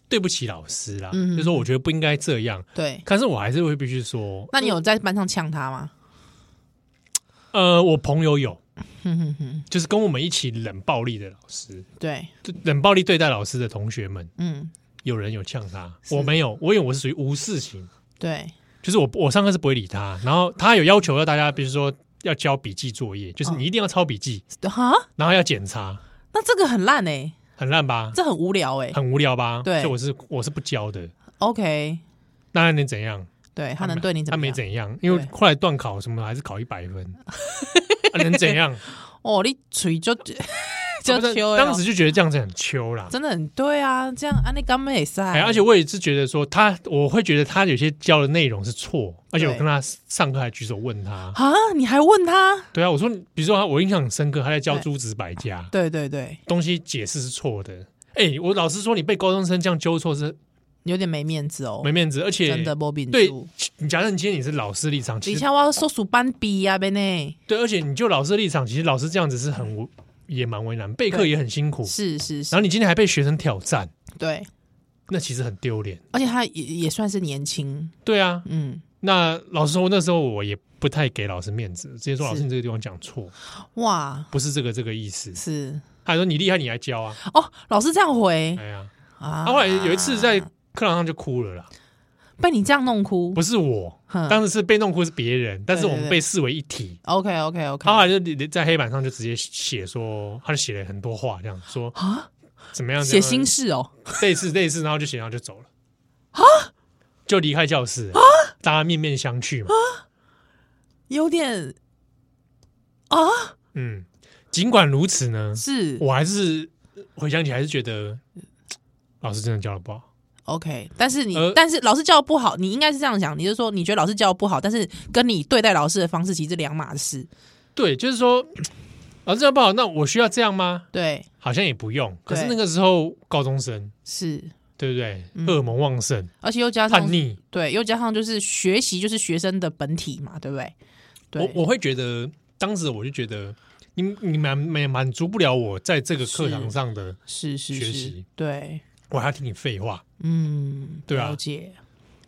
[SPEAKER 2] 对不起老师啦，
[SPEAKER 3] 嗯
[SPEAKER 2] 就是说我觉得不应该这样。
[SPEAKER 3] 对，
[SPEAKER 2] 可是我还是会必须说，
[SPEAKER 3] 那你有在班上呛他吗？
[SPEAKER 2] 呃，我朋友有，
[SPEAKER 3] 哼哼哼，
[SPEAKER 2] 就是跟我们一起冷暴力的老师，
[SPEAKER 3] 对，
[SPEAKER 2] 就冷暴力对待老师的同学们，
[SPEAKER 3] 嗯，
[SPEAKER 2] 有人有呛他，
[SPEAKER 3] 是
[SPEAKER 2] 我没有，我因为我是属于无事情，
[SPEAKER 3] 对，
[SPEAKER 2] 就是我我上课是不会理他，然后他有要求要大家，比如说要交笔记作业，
[SPEAKER 3] 哦
[SPEAKER 2] 就是你一定要抄笔记，
[SPEAKER 3] 哈，
[SPEAKER 2] 然后要检查，
[SPEAKER 3] 那这个很烂哎、
[SPEAKER 2] 很烂吧，
[SPEAKER 3] 这很无聊哎、
[SPEAKER 2] 很无聊吧，
[SPEAKER 3] 对
[SPEAKER 2] 所以我是我是不交的，
[SPEAKER 3] OK，
[SPEAKER 2] 那还能怎样？
[SPEAKER 3] 对他能对你怎
[SPEAKER 2] 他
[SPEAKER 3] 么
[SPEAKER 2] 没
[SPEAKER 3] 样？
[SPEAKER 2] 怎样，因为
[SPEAKER 3] 对
[SPEAKER 2] 后来断考什么还是考一百分，啊能怎样？
[SPEAKER 3] 哦，你嘴就
[SPEAKER 2] 啊不
[SPEAKER 3] 就是秋，
[SPEAKER 2] 当时就觉得这样子很秋啦。
[SPEAKER 3] 真的很对啊，这样安内干妹也啊塞，
[SPEAKER 2] 哎，而且我也是觉得说他，我会觉得他有些教的内容是错，而且我
[SPEAKER 3] 对
[SPEAKER 2] 跟他上课还举手问他，
[SPEAKER 3] 啊，你还问他？
[SPEAKER 2] 对啊，我说，比如说他，我印象很深刻，他在教
[SPEAKER 3] 对
[SPEAKER 2] 诸子百家，
[SPEAKER 3] 对对对，
[SPEAKER 2] 东西解释是错的。哎，我老实说，你被高中生这样纠错是
[SPEAKER 3] 有点没面子哦
[SPEAKER 2] 没，面子，而且
[SPEAKER 3] 真的没面
[SPEAKER 2] 对
[SPEAKER 3] 子。
[SPEAKER 2] 你假设你今天你是老师立场，其
[SPEAKER 3] 底
[SPEAKER 2] 实
[SPEAKER 3] 下我要收属班比啊，呗呢？
[SPEAKER 2] 对，而且你就老师立场，其实老师这样子是很无也蛮为难，备课
[SPEAKER 3] 对
[SPEAKER 2] 也很辛苦，
[SPEAKER 3] 是是是
[SPEAKER 2] 然，后你今天还被学生挑战，
[SPEAKER 3] 对，
[SPEAKER 2] 那其实很丢脸。
[SPEAKER 3] 而且他也也算是年轻，
[SPEAKER 2] 对啊，
[SPEAKER 3] 嗯，
[SPEAKER 2] 那老实说，那时候我也不太给老师面子，直接说老师
[SPEAKER 3] 是
[SPEAKER 2] 你这个地方讲错，
[SPEAKER 3] 哇，
[SPEAKER 2] 不是这个这个意思。
[SPEAKER 3] 是
[SPEAKER 2] 他还说你厉害，你来教啊。
[SPEAKER 3] 哦，老师这样回
[SPEAKER 2] 哎呀，
[SPEAKER 3] 啊，
[SPEAKER 2] 他后来有一次在课堂上就哭了啦，
[SPEAKER 3] 被你这样弄哭
[SPEAKER 2] 不是我，
[SPEAKER 3] 哼
[SPEAKER 2] 当时是被弄哭是别人，但是
[SPEAKER 3] 嗯对对嗯
[SPEAKER 2] 我们
[SPEAKER 3] 对
[SPEAKER 2] 被视为一体。
[SPEAKER 3] ，OK OK
[SPEAKER 2] 他
[SPEAKER 3] OK，
[SPEAKER 2] 后来就在黑板上就直接写说，他就写了很多话，这样说
[SPEAKER 3] 啊，
[SPEAKER 2] 怎么样
[SPEAKER 3] 写
[SPEAKER 2] 怎么
[SPEAKER 3] 心
[SPEAKER 2] 样
[SPEAKER 3] 事哦，
[SPEAKER 2] 类似类似，然后就写，然后就走了啊，就离开教室啊，大家面面相觑
[SPEAKER 3] 啊
[SPEAKER 2] 嘛。
[SPEAKER 3] 有点
[SPEAKER 2] 嗯，尽管如此呢，
[SPEAKER 3] 是
[SPEAKER 2] 我还是回想起还是觉得嘖老师真的教的不好。
[SPEAKER 3] OK，但是你、
[SPEAKER 2] 呃
[SPEAKER 3] 但是老师教得不好，你应该是这样想，你就说你觉得老师教得不好，但是跟你对待老师的方式其实是两码事。
[SPEAKER 2] 对，就是说嘖老师教得不好，那我需要这样吗？
[SPEAKER 3] 对，
[SPEAKER 2] 好像也不用。可
[SPEAKER 3] 对嗯
[SPEAKER 2] 是那个时候高中生，
[SPEAKER 3] 是，
[SPEAKER 2] 对不对？荷尔蒙旺盛，
[SPEAKER 3] 而且又加上
[SPEAKER 2] 叛逆，
[SPEAKER 3] 对，又加上就是学习就是学生的本体嘛，对不对？对，
[SPEAKER 2] 我我会觉得当时我就觉得你你满满满足不了我在这个课堂上的，
[SPEAKER 3] 是是
[SPEAKER 2] 学
[SPEAKER 3] 是
[SPEAKER 2] 习，
[SPEAKER 3] 对，
[SPEAKER 2] 我还要听你废话。
[SPEAKER 3] 嗯，
[SPEAKER 2] 对啊
[SPEAKER 3] 了解。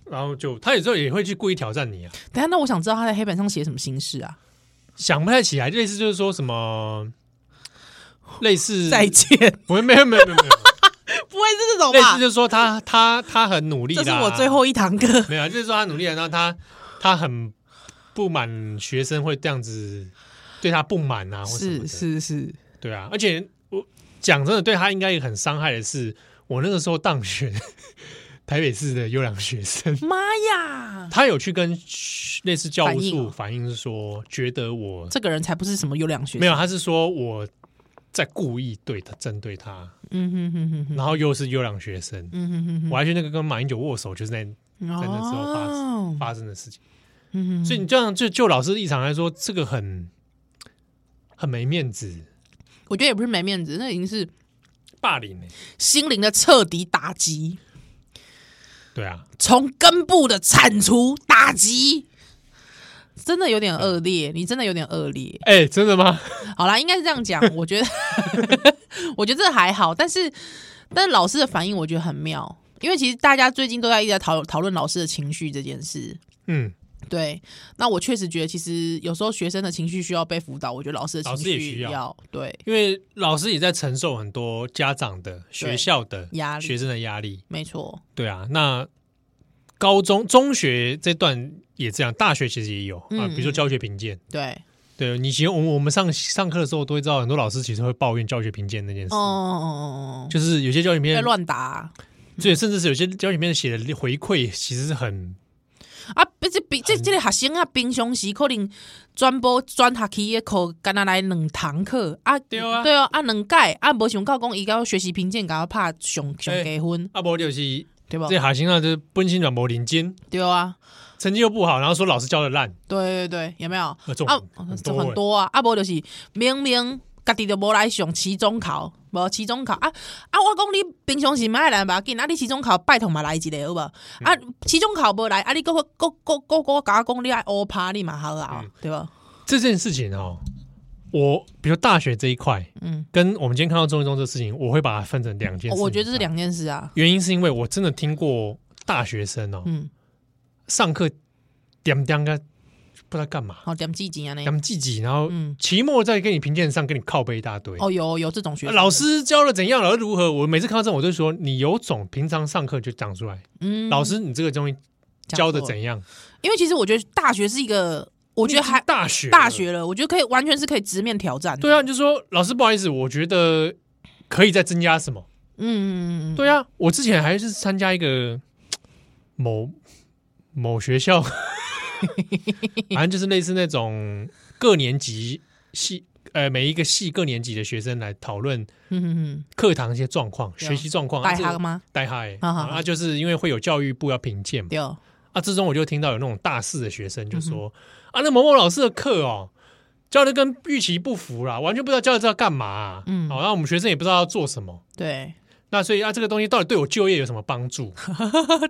[SPEAKER 2] 然后就他有时候也会去故意挑战你啊，
[SPEAKER 3] 等一下，那我想知道他在黑板上写什么心事啊？
[SPEAKER 2] 想不太起来，类似就是说什么，类似
[SPEAKER 3] 再见，
[SPEAKER 2] 不会没有没有没有没有，
[SPEAKER 3] 不会是这种
[SPEAKER 2] 类似
[SPEAKER 3] 吧？
[SPEAKER 2] 就是说他他他很努力
[SPEAKER 3] 这
[SPEAKER 2] 啦，
[SPEAKER 3] 是我最后一堂课，
[SPEAKER 2] 没有啊，就是说他努力了，然后他他很不满学生会这样子对他不满啊，或什么
[SPEAKER 3] 是
[SPEAKER 2] 的，
[SPEAKER 3] 是是，
[SPEAKER 2] 对啊，而且我讲真的，对他应该也很伤害的是，我那个时候当选 台北市的优良学生，
[SPEAKER 3] 妈呀，
[SPEAKER 2] 他有去跟类似教务
[SPEAKER 3] 反映
[SPEAKER 2] 处
[SPEAKER 3] 哦
[SPEAKER 2] 反映说，觉得我
[SPEAKER 3] 这个人才不是什么优良学生，
[SPEAKER 2] 没有，，他是说我在故意对他针对他，
[SPEAKER 3] 嗯哼哼哼哼，
[SPEAKER 2] 然后又是优良学生，
[SPEAKER 3] 嗯哼哼哼，
[SPEAKER 2] 我还去那个跟马英九握手，就是在
[SPEAKER 3] 真
[SPEAKER 2] 那时候发
[SPEAKER 3] 哦、
[SPEAKER 2] 发生的事情。
[SPEAKER 3] 嗯
[SPEAKER 2] 所以你这样就就老师立场来说，这个很很没面子，
[SPEAKER 3] 我觉得也不是没面子，那已经是
[SPEAKER 2] 霸凌呢、
[SPEAKER 3] 心灵的彻底打击，
[SPEAKER 2] 对啊，
[SPEAKER 3] 从根部的铲除打击，真的有点恶劣，你真的有点恶劣。
[SPEAKER 2] 哎、真的吗？
[SPEAKER 3] 好啦，应该是这样讲，我觉得， 我觉得这还好，但是，但是老师的反应我觉得很妙，因为其实大家最近都在一直在讨讨论老师的情绪这件事。
[SPEAKER 2] 嗯，
[SPEAKER 3] 对，那我确实觉得，其实有时候学生的情绪需要被辅导，我觉得老师的
[SPEAKER 2] 老
[SPEAKER 3] 情
[SPEAKER 2] 师也
[SPEAKER 3] 绪
[SPEAKER 2] 需要
[SPEAKER 3] 对，
[SPEAKER 2] 因为老师也在承受很多家长的、学校的
[SPEAKER 3] 压力
[SPEAKER 2] 学生的压力。
[SPEAKER 3] 没错，
[SPEAKER 2] 对啊，那高中、中学这段也这样，大学其实也有啊，
[SPEAKER 3] 嗯
[SPEAKER 2] 比如说教学评鉴。
[SPEAKER 3] 对，
[SPEAKER 2] 对你，其实我们我们上上课的时候都会知道，很多老师其实会抱怨教学评鉴那件事，
[SPEAKER 3] 哦哦哦哦哦，
[SPEAKER 2] 就是有些教学评
[SPEAKER 3] 在
[SPEAKER 2] 鉴，
[SPEAKER 3] 乱打啊、
[SPEAKER 2] 对，甚至是有些教学评鉴写的回馈其实是很
[SPEAKER 3] 啊，不是比
[SPEAKER 2] 哎
[SPEAKER 3] 这这个学生啊，平常时可能专播专学期的课，干那来两堂课啊，
[SPEAKER 2] 对啊
[SPEAKER 3] 对啊，啊两届啊，无想到讲伊到学习评鉴，甲我拍上上低分，
[SPEAKER 2] 啊，不就是
[SPEAKER 3] 对吧
[SPEAKER 2] 这？海星啊，就是奔心转磨领金，
[SPEAKER 3] 对啊，
[SPEAKER 2] 成绩又不好，然后说老师教的烂，
[SPEAKER 3] 对对对，有没有？
[SPEAKER 2] 呃，这种
[SPEAKER 3] 啊，
[SPEAKER 2] 很
[SPEAKER 3] 这
[SPEAKER 2] 多
[SPEAKER 3] 很
[SPEAKER 2] 欸
[SPEAKER 3] 多啊，啊无就是明明家己就无来上期中考，无期中考啊啊！我讲你平常时莫来吧，紧啊你期中考拜托嘛来一个好无？
[SPEAKER 2] 嗯
[SPEAKER 3] 啊期中考无来啊，你个个个个个甲我讲你爱乌趴你嘛好啊，
[SPEAKER 2] 嗯
[SPEAKER 3] 对吧？
[SPEAKER 2] 这件事情哦，我比如大学这一块，
[SPEAKER 3] 嗯
[SPEAKER 2] 嗯，跟我们今天看到中一中这事情，我会把它分成两件事
[SPEAKER 3] 哦
[SPEAKER 2] 情。
[SPEAKER 3] 我觉得这是两件事啊，
[SPEAKER 2] 原因，是因为我真的听过大学生哦，
[SPEAKER 3] 嗯，
[SPEAKER 2] 上课点点个不知道干嘛，
[SPEAKER 3] 好点几斤啊那
[SPEAKER 2] 他。们自己，然后
[SPEAKER 3] 嗯
[SPEAKER 2] 期末再跟你评鉴上跟你靠背一大堆。
[SPEAKER 3] 哦，有有这种
[SPEAKER 2] 啊
[SPEAKER 3] 学生，
[SPEAKER 2] 老师教了怎样，老师如何？我每次看到这种，我就说你有种，平常上课就讲出来。
[SPEAKER 3] 嗯
[SPEAKER 2] 老师，你这个东西
[SPEAKER 3] 讲
[SPEAKER 2] 教的
[SPEAKER 3] 错了
[SPEAKER 2] 怎样？
[SPEAKER 3] 因为其实我觉得大学是一个，我觉得还
[SPEAKER 2] 大学了
[SPEAKER 3] 大学了，我觉得可以完全是可以直面挑战的。
[SPEAKER 2] 对啊，你就说老师不好意思，我觉得可以再增加什么？
[SPEAKER 3] 嗯，嗯，嗯嗯
[SPEAKER 2] 对啊，我之前还是参加一个嘖某某学 校，反正就是类似那种各年级系，呃，每一个系各年级的学生来讨论
[SPEAKER 3] 嗯嗯
[SPEAKER 2] 课堂一些状况、
[SPEAKER 3] 对啊
[SPEAKER 2] 学习状况。
[SPEAKER 3] 嗯，白哈吗？
[SPEAKER 2] 带嗨
[SPEAKER 3] 好好好
[SPEAKER 2] 啊，就是因为会有教育部要评鉴嘛。
[SPEAKER 3] 对，哦
[SPEAKER 2] 啊，之中我就听到有那种大四的学生就说、
[SPEAKER 3] 嗯
[SPEAKER 2] 啊，那某某老师的课哦，教的跟预期不符啦，完全不知道教的要干嘛、嗯，
[SPEAKER 3] 嗯
[SPEAKER 2] 好、那我们学生也不知道要做什么。
[SPEAKER 3] 对，
[SPEAKER 2] 那所以啊，这个东西到底对我就业有什么帮 助？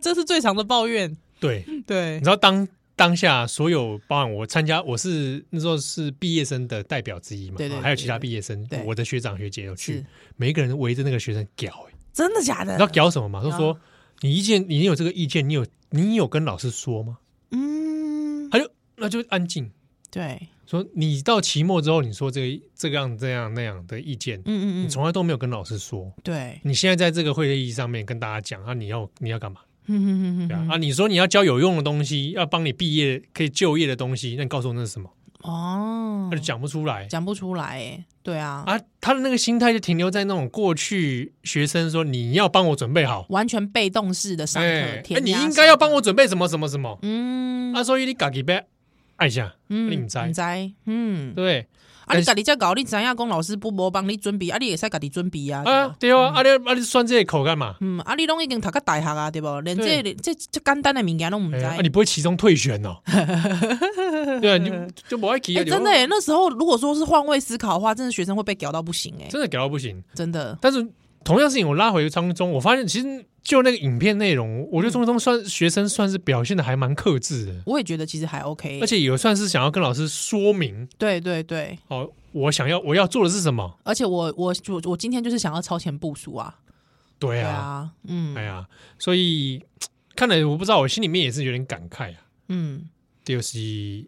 [SPEAKER 3] 这是最常的抱怨。
[SPEAKER 2] 对，
[SPEAKER 3] 对
[SPEAKER 2] 你，知道当当下所有，包含我参加，我是那时候是毕业生的代表之一嘛，
[SPEAKER 3] 对对
[SPEAKER 2] 啊
[SPEAKER 3] 对
[SPEAKER 2] 还有其他毕业生
[SPEAKER 3] 对，
[SPEAKER 2] 我的学长学姐有去
[SPEAKER 3] 是，
[SPEAKER 2] 每一个人围着那个学生屌、欸，
[SPEAKER 3] 真的假
[SPEAKER 2] 你
[SPEAKER 3] 的
[SPEAKER 2] 知道？屌什么吗？就说
[SPEAKER 3] 啊
[SPEAKER 2] 你意见，你有这个意见，你有你有跟老师说吗？
[SPEAKER 3] 嗯，
[SPEAKER 2] 他就那就安静。
[SPEAKER 3] 对，
[SPEAKER 2] 说你到期末之后，你说这个这个样这样那样的意见，
[SPEAKER 3] 嗯嗯
[SPEAKER 2] 你
[SPEAKER 3] 嗯，
[SPEAKER 2] 从来都没有跟老师说。
[SPEAKER 3] 对，
[SPEAKER 2] 你现在在这个会议上面跟大家讲啊，你要你要干嘛？
[SPEAKER 3] 嗯嗯嗯
[SPEAKER 2] 对啊，
[SPEAKER 3] 嗯
[SPEAKER 2] 啊，你说你要教有用的东西，要帮你毕业可以就业的东西，那你告诉我那是什么？
[SPEAKER 3] 嗯，哦
[SPEAKER 2] 他就，讲不出来
[SPEAKER 3] 讲不出来，哎，对啊，
[SPEAKER 2] 啊，他的那个心态就停留在那种过去学生说你要帮我准备好，
[SPEAKER 3] 完全被动式的上
[SPEAKER 2] 哎
[SPEAKER 3] 课，，
[SPEAKER 2] 哎
[SPEAKER 3] 填
[SPEAKER 2] 你
[SPEAKER 3] 鸭
[SPEAKER 2] 应
[SPEAKER 3] 式
[SPEAKER 2] 该要帮我准备什么什么什么，
[SPEAKER 3] 嗯
[SPEAKER 2] 啊，所以你自己呗，按一下，
[SPEAKER 3] 嗯
[SPEAKER 2] 你唔知
[SPEAKER 3] 唔知，嗯
[SPEAKER 2] 对，不对？
[SPEAKER 3] 啊，你家己在搞，你知影讲老师不无帮你准备，啊，你也使家己准备啊，对吧
[SPEAKER 2] 啊，对啊，啊你啊你算这些口干嘛？
[SPEAKER 3] 嗯，啊，你拢已经读到大学啊，对不？连这这这简单的物件拢唔知。
[SPEAKER 2] 哎啊，
[SPEAKER 3] 哎
[SPEAKER 2] 你，不会其中退选 哦？对啊，你就就不爱提啊，
[SPEAKER 3] 哎真的耶，那时候如果说是换位思考的话，真的学生会被屌到不行哎，
[SPEAKER 2] 真的屌到不行。
[SPEAKER 3] 真的。
[SPEAKER 2] 但是同样事情，我拉回当中，我发现其实就那个影片内容，我觉
[SPEAKER 3] 嗯
[SPEAKER 2] 得中中算学生算是表现的还蛮克制的，
[SPEAKER 3] 我也觉得其实还 OK，
[SPEAKER 2] 而且也算是想要跟老师说明
[SPEAKER 3] 对对对，
[SPEAKER 2] 哦，我想要我要做的是什么。
[SPEAKER 3] 而且我我我我今天就是想要超前部署啊，
[SPEAKER 2] 对
[SPEAKER 3] 对
[SPEAKER 2] 啊，
[SPEAKER 3] 啊，嗯
[SPEAKER 2] 哎呀，所以看了我不知道，我心里面也是有点感慨啊，
[SPEAKER 3] 嗯，
[SPEAKER 2] 就是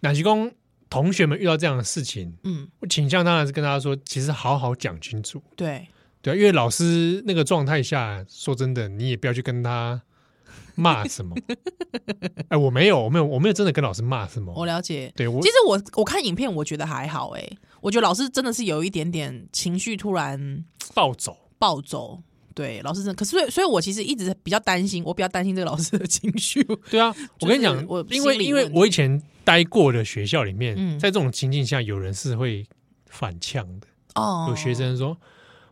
[SPEAKER 2] 哪些公同学们遇到这样的事情。
[SPEAKER 3] 嗯，
[SPEAKER 2] 我倾向当然是跟大家说，其实好好讲清楚，
[SPEAKER 3] 对，
[SPEAKER 2] 对啊、因为老师那个状态下，说真的，你也不要去跟他骂什 么。哎，我没有，我没有，我没有真的跟老师骂什
[SPEAKER 3] 我
[SPEAKER 2] 么。
[SPEAKER 3] 了解。
[SPEAKER 2] 对我
[SPEAKER 3] 其实我我看影片，我觉得还好哎，我觉得老师真的是有一点点情绪突然
[SPEAKER 2] 暴走，
[SPEAKER 3] 暴走。对，老师真的，可是所以，所以我其实一直比较担心，我比较担心这个老师的情绪。
[SPEAKER 2] 对啊，我跟你讲
[SPEAKER 3] 就是我，
[SPEAKER 2] 因为
[SPEAKER 3] 心理
[SPEAKER 2] 因为
[SPEAKER 3] 问题
[SPEAKER 2] 我以前待过的学校里面，
[SPEAKER 3] 嗯
[SPEAKER 2] 在这种情境下，有人是会反呛的，
[SPEAKER 3] 哦，
[SPEAKER 2] 有学生说：“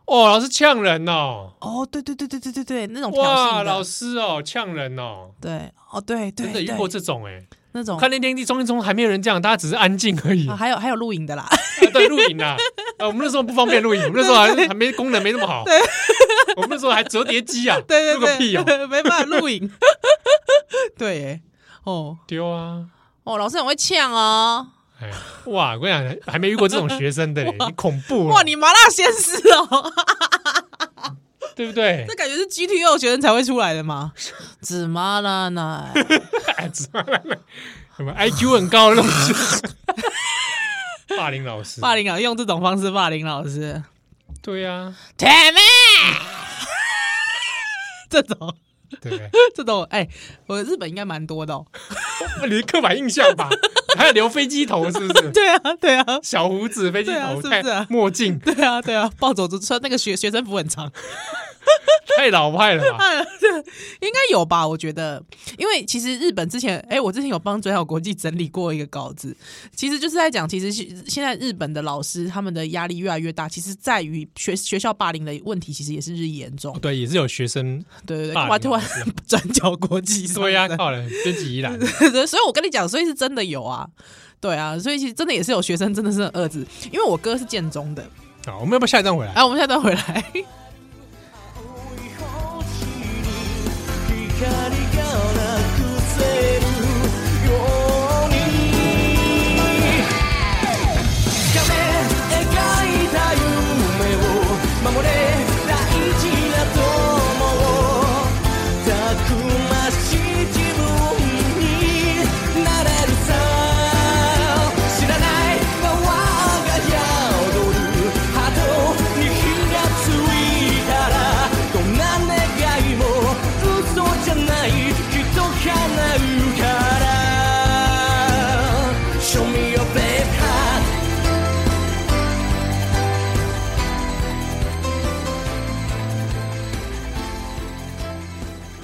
[SPEAKER 2] 哦，老师呛人哦，
[SPEAKER 3] 哦，对对对对对对对，那种挑衅
[SPEAKER 2] 哇，
[SPEAKER 3] 的
[SPEAKER 2] 老师哦呛人哦。”
[SPEAKER 3] 对，哦对对，
[SPEAKER 2] 真的遇
[SPEAKER 3] 对
[SPEAKER 2] 过这种哎、
[SPEAKER 3] 那
[SPEAKER 2] 我
[SPEAKER 3] 种，
[SPEAKER 2] 看那天地中中还没有人这样，大家只是安静而已。
[SPEAKER 3] 啊、还有还有录影的啦，
[SPEAKER 2] 啊，对，录影啊，啊，我们那时候不方便录影，我们那时候还还没功能没那么好，我们那时候还折叠机啊，
[SPEAKER 3] 对
[SPEAKER 2] 录个
[SPEAKER 3] 对
[SPEAKER 2] 屁哦，
[SPEAKER 3] 对，没办法录影， 对耶，哦
[SPEAKER 2] 丢啊！
[SPEAKER 3] 哦，老师很会呛哦，
[SPEAKER 2] 哎，哇！我跟你讲，还没遇过这种学生的嘞，你恐怖了
[SPEAKER 3] 哇，你麻辣鲜师 哦，
[SPEAKER 2] 对不对
[SPEAKER 3] 这？感觉是 GTO 学生才会出来的 嘛，紫麻辣奶，
[SPEAKER 2] 哎怎么了什么 IQ 很高的那种学生霸凌老师，
[SPEAKER 3] 霸凌啊，用这种方式霸凌老师，
[SPEAKER 2] 对呀，
[SPEAKER 3] 铁妹， 这种
[SPEAKER 2] 对，
[SPEAKER 3] 这种，哎、我日本应该蛮 多的、哦，
[SPEAKER 2] 你的刻板印象吧？还有留飞机头是不是？
[SPEAKER 3] 对啊对啊，
[SPEAKER 2] 小胡子、飞机
[SPEAKER 3] 对啊
[SPEAKER 2] 头、
[SPEAKER 3] 是不是啊
[SPEAKER 2] 戴墨镜，
[SPEAKER 3] 对啊，对啊，暴走族穿那个学学生服很长，
[SPEAKER 2] 太老派了吧？
[SPEAKER 3] 应该有吧？我觉得，因为其实日本之前，哎，我之前有帮转角国际整理过一个稿子，其实就是在讲，其实是现在日本的老师他们的压力越来越大，其实在于学学校霸凌的问题，其实也是日益严重。
[SPEAKER 2] 哦对，也是有学生，
[SPEAKER 3] 对对对，
[SPEAKER 2] 霸凌
[SPEAKER 3] 哇，突然
[SPEAKER 2] 老师
[SPEAKER 3] 转角国际上
[SPEAKER 2] 对呀，啊
[SPEAKER 3] 升
[SPEAKER 2] 靠了，编辑依然。
[SPEAKER 3] 对，所以我跟你讲，所以是真的有啊，对啊，所以其实真的也是有学生真的是很恶质，因为我哥是建中的，
[SPEAKER 2] 好，我们要不要下一站回来？
[SPEAKER 3] 哎、我们现在再回来。
[SPEAKER 4] 光がなくせるように」「画面描いた夢を守れ大事な友を」「たくましい自分に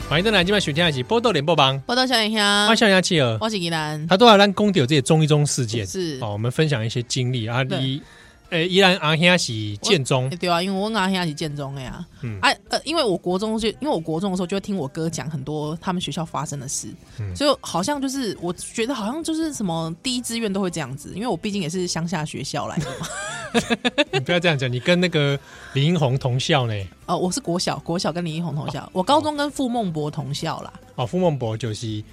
[SPEAKER 2] 欢迎登来今晚雪天一起波豆脸波帮，啊
[SPEAKER 3] 报道小影香
[SPEAKER 2] 欢，笑人家企鹅，
[SPEAKER 3] 我是宜兰，
[SPEAKER 2] 他都要让公有这些中一中事件
[SPEAKER 3] 是
[SPEAKER 2] 哦，我们分享一些经历啊，
[SPEAKER 3] 对
[SPEAKER 2] 一诶依然阿兄是建中
[SPEAKER 3] 欸对啊，因为我阿兄是建中的呀、啊，
[SPEAKER 2] 嗯
[SPEAKER 3] 呃，因为我国中就因为我国中的时候就会听我哥讲很多他们学校发生的事，
[SPEAKER 2] 嗯
[SPEAKER 3] 所以好像就是我觉得好像就是什么第一志愿都会这样子，因为我毕竟也是乡下学校 来的嘛，
[SPEAKER 2] 你不要这样讲，你跟那个林英红同校呢？
[SPEAKER 3] 呃，我是国小，国小跟林一红同校，我高中跟傅孟博同校啦，
[SPEAKER 2] 哦，傅孟博就是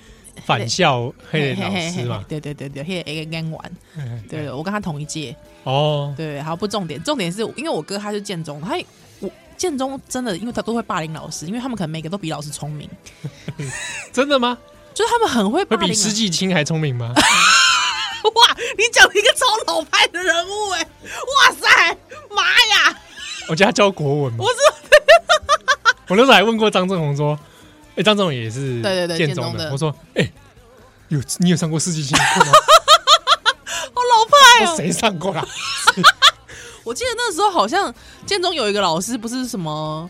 [SPEAKER 2] 返校黑老师嘛。
[SPEAKER 3] 对对对对，嘿，一个 N 玩，
[SPEAKER 2] 嗯
[SPEAKER 3] 对我跟他同一届，
[SPEAKER 2] 哦，
[SPEAKER 3] 对，好不重点，重点是因为我哥他是建中，他我建中真的因为他都会霸凌老师，因为他们可能每个都比老师聪明，
[SPEAKER 2] 真的吗？
[SPEAKER 3] 就是他们很会霸
[SPEAKER 2] 会
[SPEAKER 3] 凌啊
[SPEAKER 2] 比
[SPEAKER 3] 老师
[SPEAKER 2] 施。季青还聪明吗？
[SPEAKER 3] 哇，你讲了一个超老派的人物哎、哇塞，妈呀！
[SPEAKER 2] 我觉得他教国文嘛。
[SPEAKER 3] 我是
[SPEAKER 2] 我那时候还问过张正宏说：“哎，张正宏也是
[SPEAKER 3] 对对对
[SPEAKER 2] 建
[SPEAKER 3] 建中
[SPEAKER 2] 中的。”
[SPEAKER 3] 的
[SPEAKER 2] 我说：“哎，有你有上过施季青的课 吗？
[SPEAKER 3] 好老派哦、
[SPEAKER 2] 谁上过啦？
[SPEAKER 3] 我记得那时候好像建中有一个老师，不是什么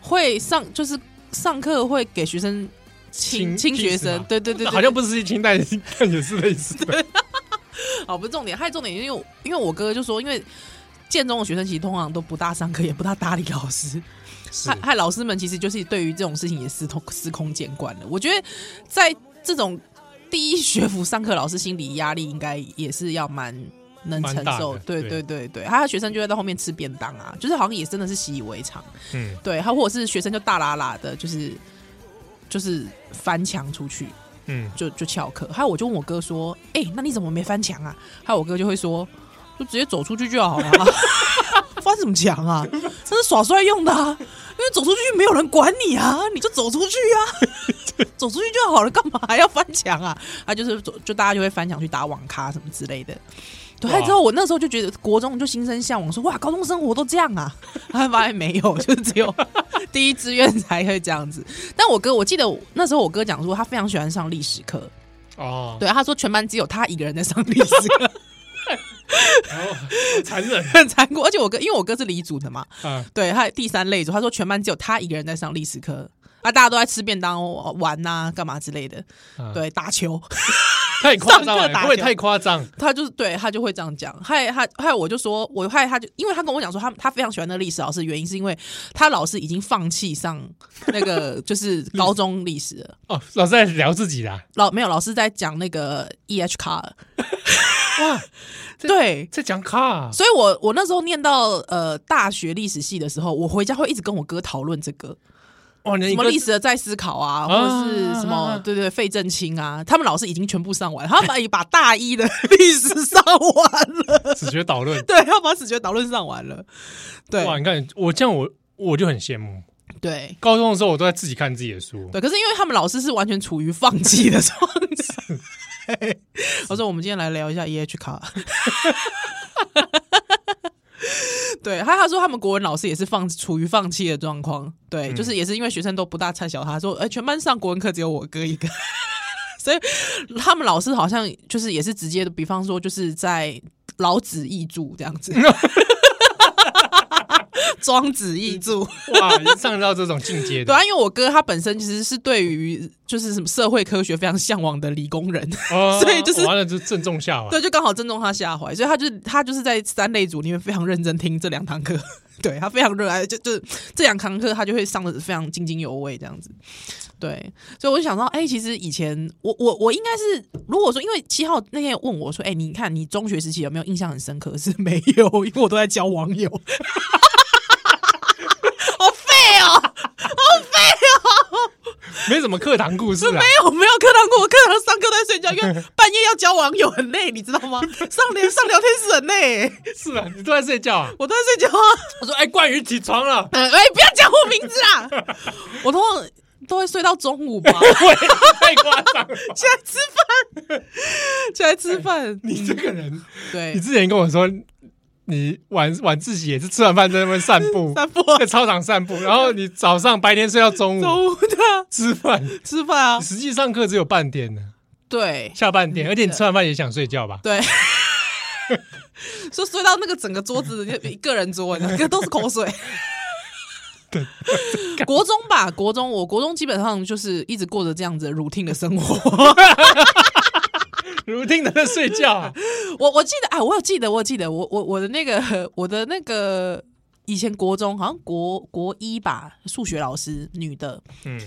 [SPEAKER 3] 会上，就是上课会给学生
[SPEAKER 2] 亲
[SPEAKER 3] 亲亲学
[SPEAKER 2] 屁事
[SPEAKER 3] 生
[SPEAKER 2] 嘛，
[SPEAKER 3] 对对对对
[SPEAKER 2] 好像不是施季青，但是但也是类似的。
[SPEAKER 3] 哦不是重点，还有重点，因为我因为我哥就说，因为建中的学生其实通常都不大上课，也不大搭理老师，
[SPEAKER 2] 是
[SPEAKER 3] 害害老师们其实就是对于这种事情也司空司空见惯了。我觉得在这种第一学府上课，老师心理压力应该也是要蛮能承
[SPEAKER 2] 蛮大
[SPEAKER 3] 受
[SPEAKER 2] 的。
[SPEAKER 3] 对
[SPEAKER 2] 对
[SPEAKER 3] 对对对，他的学生就会在后面吃便当啊，就是好像也真的是习以为常。
[SPEAKER 2] 嗯，
[SPEAKER 3] 对，他或者是学生就大喇喇的，就是就是翻墙出去，
[SPEAKER 2] 嗯，
[SPEAKER 3] 就就翘课。还有我就问我哥说：“哎、那你怎么没翻墙啊？”还有我哥就会说：“就直接走出去就好了、啊， 翻什么墙啊？这是耍帅用的啊！因为走出去没有人管你啊，你就走出去 啊，走出去就好了，干嘛还要翻墙啊？”他就是走，就大家就会翻墙去打网咖什么之类的。对，
[SPEAKER 2] 哇
[SPEAKER 3] 还之后我那时候就觉得国中就心生向往，说哇，高中生活都这样啊，还发现没有，就是只有第一志愿才会这样子。但我哥，我记得我那时候我哥讲说，他非常喜欢上历史课，
[SPEAKER 2] 哦，
[SPEAKER 3] 对，他说全班只有他一个人在上历史课，
[SPEAKER 2] 然后残忍
[SPEAKER 3] 很残酷。而且我哥，因为我哥是理组的嘛，
[SPEAKER 2] 啊，
[SPEAKER 3] 对，他第三类组，他说全班只有他一个人在上历史课。啊，大家都在吃便当、玩呐、干嘛之类的，
[SPEAKER 2] 啊
[SPEAKER 3] 对，打球，
[SPEAKER 2] 太夸张
[SPEAKER 3] 上
[SPEAKER 2] 了，
[SPEAKER 3] 课
[SPEAKER 2] 会
[SPEAKER 3] 打
[SPEAKER 2] 不会
[SPEAKER 3] 球
[SPEAKER 2] 太夸张？
[SPEAKER 3] 他就是对他就会这样讲，害他害我就说，我害他就，因为他跟我讲说他他非常喜欢那个历史老师，原因是因为他老师已经放弃上那个就是高中历史了，
[SPEAKER 2] 哦，老师在聊自己啦，
[SPEAKER 3] 老没有老师在讲那个 E H 卡，
[SPEAKER 2] 哇，
[SPEAKER 3] 对，
[SPEAKER 2] 在讲卡啊，
[SPEAKER 3] 所以我我那时候念到呃大学历史系的时候，我回家会一直跟我哥讨论这个
[SPEAKER 2] 哇，你
[SPEAKER 3] 什
[SPEAKER 2] 一
[SPEAKER 3] 么
[SPEAKER 2] 个
[SPEAKER 3] 历史的再思考啊，或
[SPEAKER 2] 啊
[SPEAKER 3] 者是什
[SPEAKER 2] 啊啊
[SPEAKER 3] 么对对费正清啊，他们老师已经全部上完，他们已把大一的 历史上完了，
[SPEAKER 2] 只觉导论，
[SPEAKER 3] 对，他把史学导论上完了，对
[SPEAKER 2] 哇，你看我这样我我就很羡慕。
[SPEAKER 3] 对。
[SPEAKER 2] 高中的时候我都在自己看自己的书，
[SPEAKER 3] 对，可是因为他们老师是完全处于放弃的状态。我说，我们今天来聊一下 EH 卡。 对，还有他说他们国文老师也是放处于放弃的状况，对，就是也是因为学生都不大参小他，说，哎、全班上国文课只有我哥一个， 所以他们老师好像就是也是直接的，比方说就是在老子译注这样子，庄子译注，
[SPEAKER 2] 哇，已经上到这种境界
[SPEAKER 3] 对
[SPEAKER 2] 的
[SPEAKER 3] 啊，因为我哥他本身其实是对于就是什么社会科学非常向往的理工人，
[SPEAKER 2] 哦，
[SPEAKER 3] 所以就是
[SPEAKER 2] 完了就正中下怀。
[SPEAKER 3] 对，就刚好正中他下怀，所以他就是他就是在三类组里面非常认真听这两堂课， 对他非常热爱，就就这两堂课他就会上的非常津津有味这样子。对，所以我就想到，哎、其实以前我我我应该是，如果说因为七号那天问我说，哎、你看你中学时期有没有印象很深刻？是 没有，因为我都在交网友， 好废哦、
[SPEAKER 2] 没什么课堂故事啦，啊
[SPEAKER 3] 没有没有课堂过，我课堂上课都在睡觉，因 为半夜要交网友很累，你知道吗？上连上聊天室很累，
[SPEAKER 2] 是啊，你都在睡觉 啊。
[SPEAKER 3] 我都在睡觉啊。
[SPEAKER 2] 我说，哎，冠 宇起床了，
[SPEAKER 3] 呃哎、不要讲我名字啦，我通常都会睡到中 午吧，
[SPEAKER 2] 喂，太夸张了。
[SPEAKER 3] 起来吃饭，起来吃饭。嗯
[SPEAKER 2] 你这个人，你
[SPEAKER 3] 对，
[SPEAKER 2] 之前跟我说，你晚晚自习也是吃完饭在那边散步，
[SPEAKER 3] 散步啊
[SPEAKER 2] 在操场散步，然后你早上白天睡到中午
[SPEAKER 3] 中午的啊
[SPEAKER 2] 吃饭，
[SPEAKER 3] 吃饭 啊，
[SPEAKER 2] 实际上课只有半天呢，
[SPEAKER 3] 嗯对
[SPEAKER 2] 下半天，而且你吃完饭也想睡觉吧？
[SPEAKER 3] 对。 说睡到那个整个桌子一个人桌，那个都是口水， 国中吧，国中，我国中基本上就是一直过着这样子 routine 的生活。
[SPEAKER 2] routine 的在睡觉 啊，
[SPEAKER 3] 我我记得，哎，我有记得，我有记得，我我我的那个我的那个以前国中好像国国一吧，数学老师女的，
[SPEAKER 2] 嗯，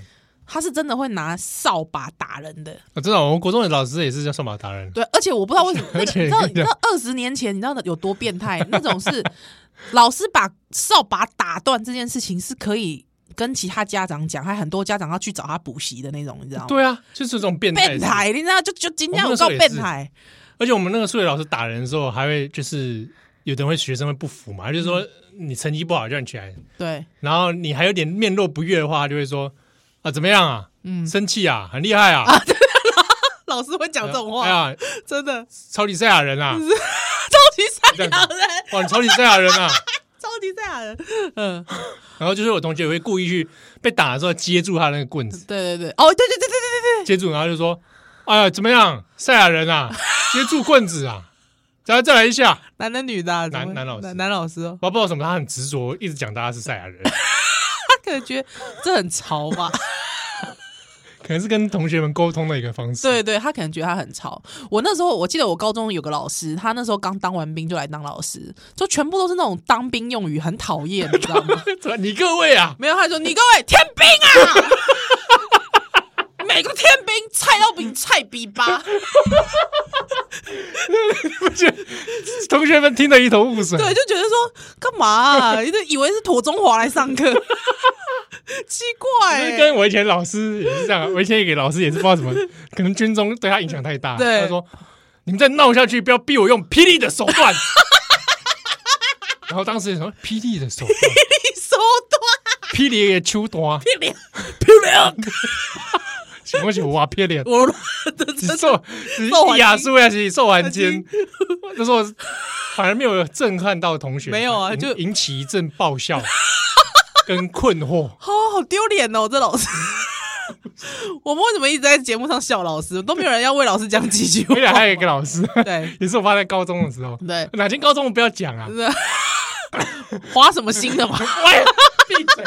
[SPEAKER 3] 她是真的会拿扫把打人的。
[SPEAKER 2] 我知道，我们国中哦的老师也是叫上马达人，
[SPEAKER 3] 对，而且我不知道为什 么，那
[SPEAKER 2] 而
[SPEAKER 3] 个
[SPEAKER 2] 且
[SPEAKER 3] 你知道，
[SPEAKER 2] 跟
[SPEAKER 3] 你
[SPEAKER 2] 你
[SPEAKER 3] 知
[SPEAKER 2] 讲
[SPEAKER 3] 道二十年前，你知道有多变态？那种是老师把扫把打断这件事情是可以跟其他家长讲，还很多家长要去找他补习的那种，你知道吗？
[SPEAKER 2] 对啊，就是这种变态
[SPEAKER 3] 变
[SPEAKER 2] 的事
[SPEAKER 3] 态，你知道，就就今天
[SPEAKER 2] 我
[SPEAKER 3] 我
[SPEAKER 2] 们那时
[SPEAKER 3] 告
[SPEAKER 2] 候也
[SPEAKER 3] 变
[SPEAKER 2] 是
[SPEAKER 3] 态，
[SPEAKER 2] 而且我们那个数学老师打人的时候，还会就是有的人会学生会不服嘛，他就说你成绩不好叫你起来，
[SPEAKER 3] 对，
[SPEAKER 2] 然后你还有点面若不悦的话，他就会说啊怎么样啊，
[SPEAKER 3] 嗯，
[SPEAKER 2] 生气啊，很厉害啊，
[SPEAKER 3] 老师会讲这种
[SPEAKER 2] 哎
[SPEAKER 3] 话，
[SPEAKER 2] 呀，
[SPEAKER 3] 真的
[SPEAKER 2] 超级赛亚人 啊，
[SPEAKER 3] 超级赛亚
[SPEAKER 2] 这
[SPEAKER 3] 人，
[SPEAKER 2] 哇，你超级赛亚人啊，
[SPEAKER 3] 超级赛亚人，嗯，
[SPEAKER 2] 然后就是我同学也会故意去被打的时候接住他那个棍子，
[SPEAKER 3] 对对对，哦，对对对对对对，
[SPEAKER 2] 接住，然后就说哎呀怎么样，赛亚人啊，接住棍子啊，然后再来一下，
[SPEAKER 3] 男的女的啊，
[SPEAKER 2] 男
[SPEAKER 3] 怎么
[SPEAKER 2] 男老师
[SPEAKER 3] 男老师哦，
[SPEAKER 2] 我不知道为什么他很执着，一直讲大家是赛亚人，
[SPEAKER 3] 他可能觉得这很潮吧。
[SPEAKER 2] 可能是跟同学们沟通的一个方 式，
[SPEAKER 3] 对对，他可能觉得他很吵。我那时候我记得我高中有个老师，他那时候刚当完兵就来当老师，就全部都是那种当兵用语，很讨厌，你知道 吗？
[SPEAKER 2] 怎么你各位啊，
[SPEAKER 3] 没有，他就说你各位天兵啊， 美国天兵菜刀比菜比吧，
[SPEAKER 2] 同学们听得一头雾水。
[SPEAKER 3] 对，就觉得说干嘛、啊，就以为是妥中华来上课， 奇怪、
[SPEAKER 2] 就是
[SPEAKER 3] 欸，
[SPEAKER 2] 跟我以前老师也是这样，我以前给老师也是不知道怎么，可能军中对他影响太大。
[SPEAKER 3] 对
[SPEAKER 2] 他说：“你们再闹下去，不要逼我用霹雳的手段。” 然后当时什么霹雳的手段，
[SPEAKER 3] 你手段
[SPEAKER 2] 霹雳的手段，
[SPEAKER 3] 漂亮漂亮，
[SPEAKER 2] 什么我哇霹雳，啊
[SPEAKER 3] 我
[SPEAKER 2] 只受
[SPEAKER 3] 受完
[SPEAKER 2] 只亚苏亚啊是受完肩。那时候反而没有震撼到同学，
[SPEAKER 3] 没有啊
[SPEAKER 2] 引
[SPEAKER 3] 就
[SPEAKER 2] 引起一阵爆笑跟困惑。
[SPEAKER 3] 好好丢脸哦，这老师。 我们为什么一直在节目上笑老师？都没有人要为老师讲几句话
[SPEAKER 2] 而。且还有一个老师，
[SPEAKER 3] 对
[SPEAKER 2] 也是我发在高中的时候，
[SPEAKER 3] 对，
[SPEAKER 2] 哪间高中我不要讲啊
[SPEAKER 3] 就！是花什么心 的嘛？
[SPEAKER 2] 喂，闭嘴！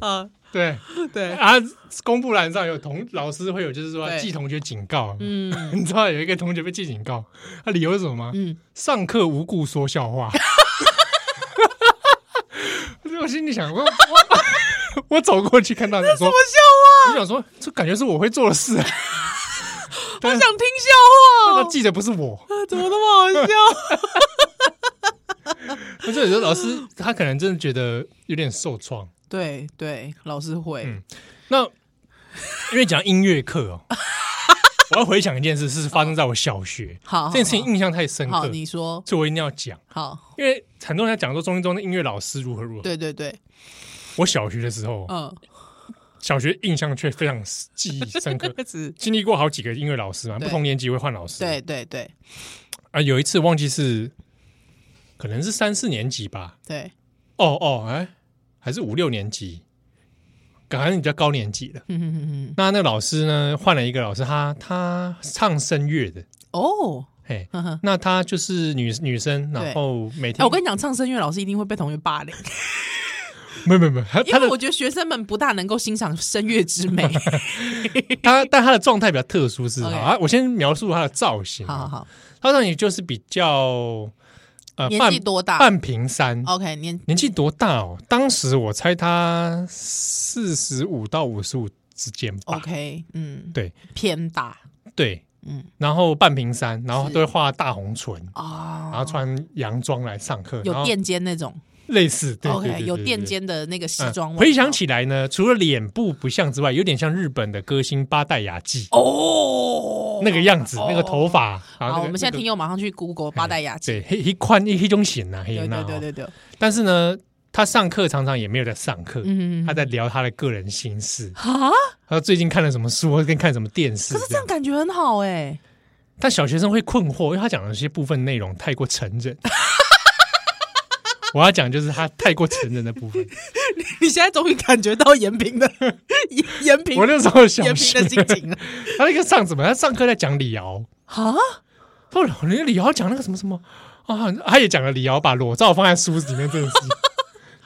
[SPEAKER 3] 啊，
[SPEAKER 2] 对
[SPEAKER 3] 对，
[SPEAKER 2] 啊，公布栏上有同老师会有，就是说
[SPEAKER 3] 对
[SPEAKER 2] 记同学警告。
[SPEAKER 3] 嗯
[SPEAKER 2] 你知道有一个同学被记警告，他理由是什么吗？
[SPEAKER 3] 嗯，
[SPEAKER 2] 上课无故说笑 话。我心里想，我我我 走过去看到你说，
[SPEAKER 3] 我
[SPEAKER 2] 我想说，这感觉是我会做的事啊。
[SPEAKER 3] 笑话，我
[SPEAKER 2] 但
[SPEAKER 3] 想听笑话
[SPEAKER 2] 他
[SPEAKER 3] 哦，
[SPEAKER 2] 记得不是我，
[SPEAKER 3] 怎么那么好笑？
[SPEAKER 2] 而且有时候老师他可能真的觉得有点受创。
[SPEAKER 3] 对对，老师会
[SPEAKER 2] 嗯，那因为讲音乐课哦，我要回想一件事，是发生在我小学，
[SPEAKER 3] 好，好
[SPEAKER 2] 这件事情印象太深
[SPEAKER 3] 好，
[SPEAKER 2] 刻，
[SPEAKER 3] 你说
[SPEAKER 2] 所以我一定要讲。
[SPEAKER 3] 好，
[SPEAKER 2] 因为很多人在讲说中一中的音乐老师如何如何，
[SPEAKER 3] 对对对，
[SPEAKER 2] 我小学的时候，
[SPEAKER 3] 嗯，。
[SPEAKER 2] 小学印象却非常记忆深刻
[SPEAKER 3] 是，
[SPEAKER 2] 经历过好几个音乐老师嘛，
[SPEAKER 3] 对
[SPEAKER 2] 不同年级会换老师。
[SPEAKER 3] 对对对
[SPEAKER 2] 啊，有一次忘记是，可能是三四年级吧。
[SPEAKER 3] 对，
[SPEAKER 2] 哦哦，哎，还是五六年级，感觉比较高年级了。
[SPEAKER 3] 嗯哼哼哼，
[SPEAKER 2] 那那个老师呢，换了一个老师，他他唱声乐的，
[SPEAKER 3] 哦，
[SPEAKER 2] 嘿，
[SPEAKER 3] 呵呵。
[SPEAKER 2] 那她就是女女生，
[SPEAKER 3] 对
[SPEAKER 2] 然后每
[SPEAKER 3] 哎，
[SPEAKER 2] 天
[SPEAKER 3] 我跟你讲，唱声乐老师一定会被同学霸凌，
[SPEAKER 2] 没有没有没有，她
[SPEAKER 3] 因
[SPEAKER 2] 她
[SPEAKER 3] 为
[SPEAKER 2] 的
[SPEAKER 3] 我觉得学生们不大能够欣赏声乐之 美。
[SPEAKER 2] 她但她的状态比较特殊是
[SPEAKER 3] OK
[SPEAKER 2] 啊，我先描述她的造型，啊
[SPEAKER 3] 好好好，
[SPEAKER 2] 她造型就是比较呃
[SPEAKER 3] 年
[SPEAKER 2] 半
[SPEAKER 3] 纪多大哦
[SPEAKER 2] 半平山，
[SPEAKER 3] ？OK，年
[SPEAKER 2] 年纪多大哦？当时我猜她四十五到五十五之间吧，
[SPEAKER 3] OK，嗯，
[SPEAKER 2] 对
[SPEAKER 3] 偏大，
[SPEAKER 2] 对，
[SPEAKER 3] 嗯
[SPEAKER 2] 然后半平山，然后
[SPEAKER 3] 是
[SPEAKER 2] 都会画大红唇，
[SPEAKER 3] 啊，
[SPEAKER 2] 然后穿洋装来上课，然
[SPEAKER 3] 有
[SPEAKER 2] 后
[SPEAKER 3] 垫肩那种。
[SPEAKER 2] 类似，对对
[SPEAKER 3] OK，
[SPEAKER 2] 对
[SPEAKER 3] 有
[SPEAKER 2] 对
[SPEAKER 3] 垫
[SPEAKER 2] 对
[SPEAKER 3] 肩的那个西
[SPEAKER 2] 嗯
[SPEAKER 3] 装外套。
[SPEAKER 2] 回想起来呢，除了脸部不像之外，有点像日本的歌星八代雅纪、
[SPEAKER 3] 哦，
[SPEAKER 2] 那个样子，
[SPEAKER 3] 哦
[SPEAKER 2] 那个头发。啊那
[SPEAKER 3] 好，
[SPEAKER 2] 个
[SPEAKER 3] 我们现在听
[SPEAKER 2] 那
[SPEAKER 3] 友马上去 Google
[SPEAKER 2] 个
[SPEAKER 3] 八代雅
[SPEAKER 2] 对，
[SPEAKER 3] 集。
[SPEAKER 2] 黑一宽一黑中型啊，黑
[SPEAKER 3] 对
[SPEAKER 2] 那
[SPEAKER 3] 对
[SPEAKER 2] 哦
[SPEAKER 3] 对对对，
[SPEAKER 2] 但是呢，他上课常常也没有在上课，
[SPEAKER 3] 嗯，
[SPEAKER 2] 他在聊他的个人心事，
[SPEAKER 3] 啊，
[SPEAKER 2] 他最近看了什么书，跟看什么电视
[SPEAKER 3] 可是这
[SPEAKER 2] 这样
[SPEAKER 3] 样。感觉很好哎，
[SPEAKER 2] 但小学生会困惑，因为他讲的有些部分内容太过成人。 我要讲就是他太过成人的部 分。
[SPEAKER 3] 你现在终于感觉到延平的 延延平
[SPEAKER 2] 我那时候小
[SPEAKER 3] 延
[SPEAKER 2] 学
[SPEAKER 3] 平的，心情了
[SPEAKER 2] 他那个上什么？他上课在讲李敖。
[SPEAKER 3] 啊，
[SPEAKER 2] 不，人 家李敖讲那个什么什么啊，他也讲了李敖把裸照放在书里面这件事，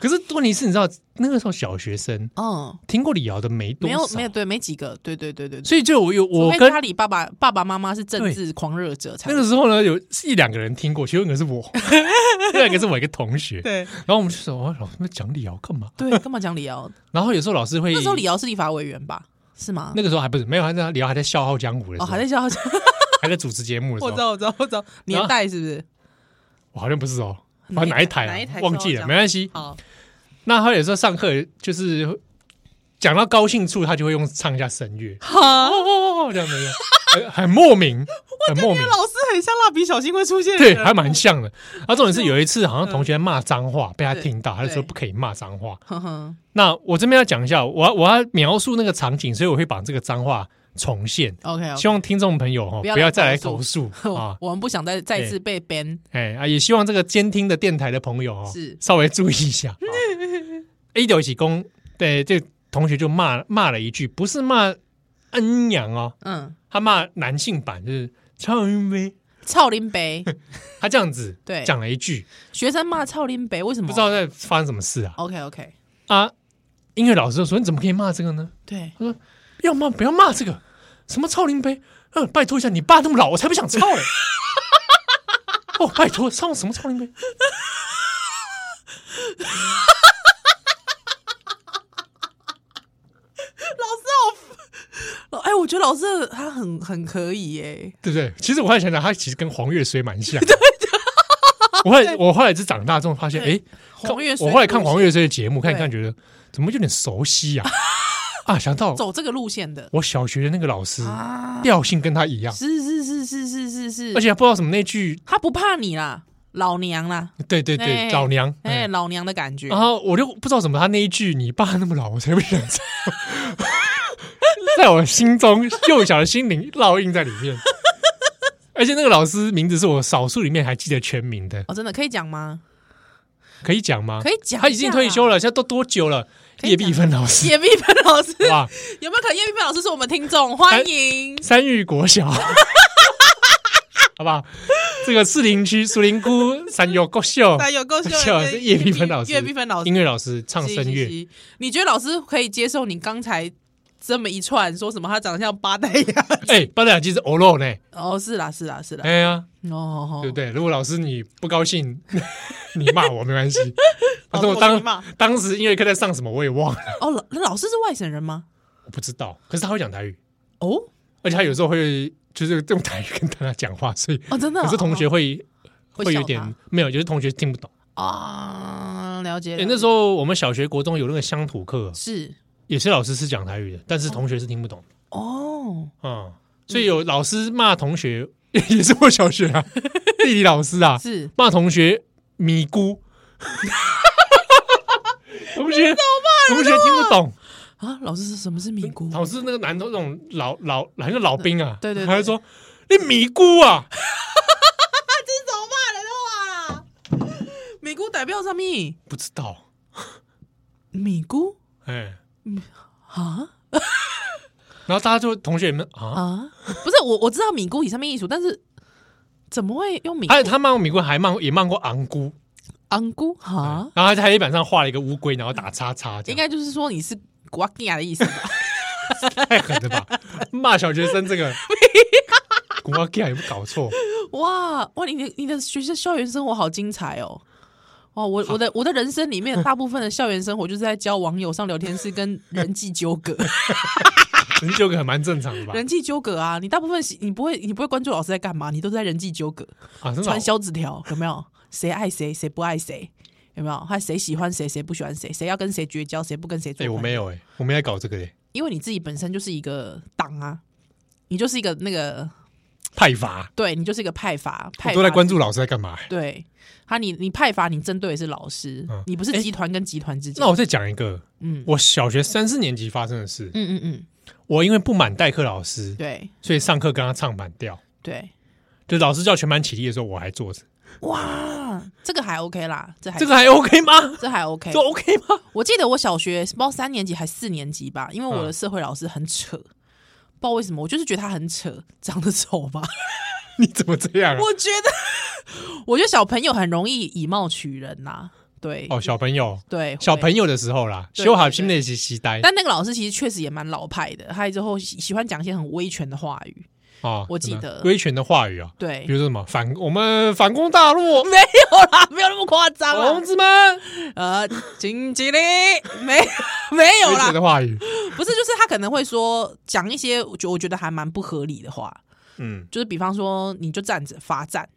[SPEAKER 2] 可是问题是，你知道那个时候小学生
[SPEAKER 3] 嗯，
[SPEAKER 2] 听过李敖的没多
[SPEAKER 3] 没有
[SPEAKER 2] 少
[SPEAKER 3] 没有，对，没几个，对对对对对。
[SPEAKER 2] 所以就我有我
[SPEAKER 3] 除非
[SPEAKER 2] 跟
[SPEAKER 3] 家里爸爸爸爸妈妈是政
[SPEAKER 2] 对
[SPEAKER 3] 治狂热者才
[SPEAKER 2] 那个时候呢，有一两个人听过，其中一个是 我，另外一个是我一个同学。
[SPEAKER 3] 对
[SPEAKER 2] 然后我们就说，哦老师们讲李敖干嘛？
[SPEAKER 3] 对，干嘛讲李敖？
[SPEAKER 2] 然后有时候老师会，
[SPEAKER 3] 那时候李敖是立法委员吧？是吗？
[SPEAKER 2] 那个时候还不是没有，还在李敖还在《笑傲江湖》的时候，
[SPEAKER 3] 哦，还在笑，
[SPEAKER 2] 还在主持节目的时
[SPEAKER 3] 我知
[SPEAKER 2] 候，
[SPEAKER 3] 道，我知道，我知道，年代是不是？
[SPEAKER 2] 我好像不是哦，反正哪一台啊
[SPEAKER 3] 哪一台
[SPEAKER 2] 忘记了，
[SPEAKER 3] 笑傲江湖
[SPEAKER 2] 没关系。
[SPEAKER 3] 好，
[SPEAKER 2] 那他有时候上课就是讲到高兴处，他就会用唱一下声 乐，
[SPEAKER 3] 好
[SPEAKER 2] 哦，哦哦这样子， 很很莫名，很莫名。
[SPEAKER 3] 老师很像蜡笔小新会出现的
[SPEAKER 2] 对，
[SPEAKER 3] 人，
[SPEAKER 2] 还蛮像的。啊，重点是有一次好像同学骂脏话，被他听到，他就说
[SPEAKER 3] 嗯对
[SPEAKER 2] 不可以骂脏话。
[SPEAKER 3] 哼哼，
[SPEAKER 2] 那我这边要讲一下，我要我要描述那个场景，所以我会把这个脏话重现，
[SPEAKER 3] OK，
[SPEAKER 2] 希望听众朋友哈哦不
[SPEAKER 3] 不要
[SPEAKER 2] 要
[SPEAKER 3] 来
[SPEAKER 2] 再来
[SPEAKER 3] 投
[SPEAKER 2] 投诉 啊。
[SPEAKER 3] 我们不想再再次被 ban。
[SPEAKER 2] 哎啊，也希望这个监听的电台的朋友哦
[SPEAKER 3] 是，
[SPEAKER 2] 稍微注意一下。A 九起公，对，这个同学就骂骂了一句，不是骂恩阳哦，
[SPEAKER 3] 嗯，
[SPEAKER 2] 他骂男性版，就是超云飞，
[SPEAKER 3] 操 林北，
[SPEAKER 2] 他这样子
[SPEAKER 3] 对
[SPEAKER 2] 讲了一句，
[SPEAKER 3] 学生骂操林北，为什么？
[SPEAKER 2] 不知道在发生什么事啊
[SPEAKER 3] OK OK，
[SPEAKER 2] 啊！音乐老师就说：“你怎么可以骂这个呢？”
[SPEAKER 3] 对，
[SPEAKER 2] 他说：“要骂不要骂这个，什么超龄杯？嗯、拜托一下，你爸那么老，我才不想操 嘞。哦，拜托，操什么超龄杯？
[SPEAKER 3] 哎，我觉得老师他很很可以耶，
[SPEAKER 2] 对不对？其实我后来想想，他其实跟黄月虽蛮像。 对我后来我后来是长大之后发现，哎，看
[SPEAKER 3] 黄月虽
[SPEAKER 2] 我后来看黄月虽的节目，看一
[SPEAKER 3] 对
[SPEAKER 2] 看觉得怎么有点熟悉啊啊！想到
[SPEAKER 3] 走这个路线的
[SPEAKER 2] 我小学的那个老师，
[SPEAKER 3] 啊，
[SPEAKER 2] 调性跟他一样，
[SPEAKER 3] 是是是是是是是，
[SPEAKER 2] 而且还不知道什么那句，
[SPEAKER 3] 他不怕你啦，老娘啦，
[SPEAKER 2] 对对对，
[SPEAKER 3] 哎
[SPEAKER 2] 老娘，
[SPEAKER 3] 哎，
[SPEAKER 2] 哎，
[SPEAKER 3] 老娘的感觉
[SPEAKER 2] 然，后我就不知道怎么，他那一句“你爸那么老，我才不想操”， 在我心中幼小的心灵烙印在里面。 而且那个老师名字是我少数里面还记得全名的，
[SPEAKER 3] 哦，真的可以讲吗？
[SPEAKER 2] 可以讲吗？
[SPEAKER 3] 可以讲一下啊
[SPEAKER 2] 他已经退休了，现在都多久了？
[SPEAKER 3] 可以讲
[SPEAKER 2] 叶碧芬老 师，
[SPEAKER 3] 叶碧芬老师，
[SPEAKER 2] 哇，哎
[SPEAKER 3] 有没有可能叶碧芬老师是我们听众？欢迎，
[SPEAKER 2] 三育国小， 好不好？这个士林区树林窟三友国小，
[SPEAKER 3] 哎有够秀
[SPEAKER 2] 笑是叶碧芬老师，
[SPEAKER 3] 叶碧芬老师
[SPEAKER 2] 音乐老师唱
[SPEAKER 3] 是
[SPEAKER 2] 声乐，
[SPEAKER 3] 是是你觉得老师可以接受你刚才这么一串说什么？他长得像八代牙？
[SPEAKER 2] 哎，八大其实欧肉呢，
[SPEAKER 3] 哦，是啦，是啦，是啦。
[SPEAKER 2] 哎呀。
[SPEAKER 3] 哦哦，哦
[SPEAKER 2] 对不对？如果老师你不高兴， 你骂我没关 系。反
[SPEAKER 3] 好
[SPEAKER 2] 正我
[SPEAKER 3] 我
[SPEAKER 2] 当
[SPEAKER 3] 明白
[SPEAKER 2] 当时音乐课在上什么我也忘了，
[SPEAKER 3] 哦，老那老师是外省人吗？
[SPEAKER 2] 我不知道。可是他会讲台语，
[SPEAKER 3] 哦
[SPEAKER 2] 而且他有时候会就是用台语跟大家讲话，所以
[SPEAKER 3] 哦，真的啊。
[SPEAKER 2] 可是同学
[SPEAKER 3] 哦
[SPEAKER 2] 会
[SPEAKER 3] 会
[SPEAKER 2] 会有
[SPEAKER 3] 笑
[SPEAKER 2] 点没有，就是同学听不懂。
[SPEAKER 3] 他啊，了解。
[SPEAKER 2] 哎，那时
[SPEAKER 3] 候
[SPEAKER 2] 候我们小学、国中有那个乡土课，
[SPEAKER 3] 是
[SPEAKER 2] 有些老师是讲台语的，但是同学是听不懂。
[SPEAKER 3] 哦，
[SPEAKER 2] 嗯，所以有老师骂同学， 也是我小学啊， 地理老师啊，
[SPEAKER 3] 是
[SPEAKER 2] 骂同学米 姑，同学同学听不懂，
[SPEAKER 3] 啊，老师是什么是米姑？
[SPEAKER 2] 老师那个男的那种老老好像老兵啊，
[SPEAKER 3] 嗯对对对
[SPEAKER 2] 他就说你米姑啊，
[SPEAKER 3] 走吧，人话啦。啊 米姑代表什么？
[SPEAKER 2] 不知道，
[SPEAKER 3] 米姑
[SPEAKER 2] 哎，
[SPEAKER 3] 啊
[SPEAKER 2] 然后大家就同学们啊，
[SPEAKER 3] 啊，不是我我知道米姑以上面艺术，但是怎么会用米
[SPEAKER 2] 哎他他骂过米姑，还骂也骂过昂姑，
[SPEAKER 3] 昂姑哈？
[SPEAKER 2] 然后他在黑板上画了一个乌龟，然后打叉叉，这
[SPEAKER 3] 应
[SPEAKER 2] 样
[SPEAKER 3] 该就是说你是瓜吉亚的意思吧？
[SPEAKER 2] 太狠了吧？骂小学生这 个，古阿 K 有没有搞错？
[SPEAKER 3] 哇哇，你的你的学校校园生活好精彩哦！哇，我我的我的人生里面大部分的校园生活就是在交网友上聊天室跟人际纠 葛，
[SPEAKER 2] 人究可蛮正常的吧？
[SPEAKER 3] 人际纠葛啊！你大部分你不会你不会关注老师在干嘛，你都是在人际纠葛，
[SPEAKER 2] 啊，真的哦
[SPEAKER 3] 传小纸条有没有？谁爱谁，谁不爱谁，有没有？还有谁喜欢谁，谁不喜欢谁，谁要跟谁绝交，谁不跟谁做
[SPEAKER 2] 哎，
[SPEAKER 3] 朋友？
[SPEAKER 2] 我没有哎，我没在搞这个哎。
[SPEAKER 3] 因为你自己本身就是一个党啊，你就是一个那个，
[SPEAKER 2] 派阀，
[SPEAKER 3] 对你就是一个派阀，
[SPEAKER 2] 我
[SPEAKER 3] 派
[SPEAKER 2] 都在
[SPEAKER 3] 阀
[SPEAKER 2] 关注老师在干嘛、
[SPEAKER 3] 对他你，你派阀，你针对的是老师，
[SPEAKER 2] 嗯
[SPEAKER 3] 你不是
[SPEAKER 2] 诶
[SPEAKER 3] 集团跟集团之间。
[SPEAKER 2] 那我再讲一个，
[SPEAKER 3] 嗯
[SPEAKER 2] 我小学三四年级发生的事。
[SPEAKER 3] 嗯嗯嗯，
[SPEAKER 2] 我因为不满代课老师，
[SPEAKER 3] 对
[SPEAKER 2] 所以上课跟他唱反调。
[SPEAKER 3] 对，
[SPEAKER 2] 就老师叫全班起立的时候，我还坐着，
[SPEAKER 3] 哇，这个还 OK 啦，这还
[SPEAKER 2] 这个还 OK 吗？
[SPEAKER 3] 这还 OK
[SPEAKER 2] 这。OK 吗？
[SPEAKER 3] 我记得我小学不知道三年级还四年级吧，因为我的
[SPEAKER 2] 嗯
[SPEAKER 3] 社会老师很扯。不知道为什么，我就是觉得他很扯， 长得丑 吧。
[SPEAKER 2] 你怎么这样、啊？
[SPEAKER 3] 我觉得，我觉得小朋友很容易以貌取人呐、对，
[SPEAKER 2] 哦，小朋友，
[SPEAKER 3] 对，
[SPEAKER 2] 小
[SPEAKER 3] 友。
[SPEAKER 2] 朋友的时候啦，
[SPEAKER 3] 对
[SPEAKER 2] 修好心内是期待
[SPEAKER 3] 但那个老师其实确实也蛮老派的，他之后喜喜欢讲一些很威权的话语。
[SPEAKER 2] 哦，
[SPEAKER 3] 我记
[SPEAKER 2] 真的
[SPEAKER 3] 得
[SPEAKER 2] 规权的话语啊，
[SPEAKER 3] 对，
[SPEAKER 2] 比如说什么反我们反攻大陆，
[SPEAKER 3] 没有啦，没有那么夸张
[SPEAKER 2] 同
[SPEAKER 3] 啦。
[SPEAKER 2] 志们，
[SPEAKER 3] 呃，经济力没 没有
[SPEAKER 2] 规权
[SPEAKER 3] 啦，
[SPEAKER 2] 的话 语，
[SPEAKER 3] 不是，就是他可能会说讲一些我觉我觉得还蛮不合理的话，
[SPEAKER 2] 嗯，
[SPEAKER 3] 就是比方说你就站着罚站，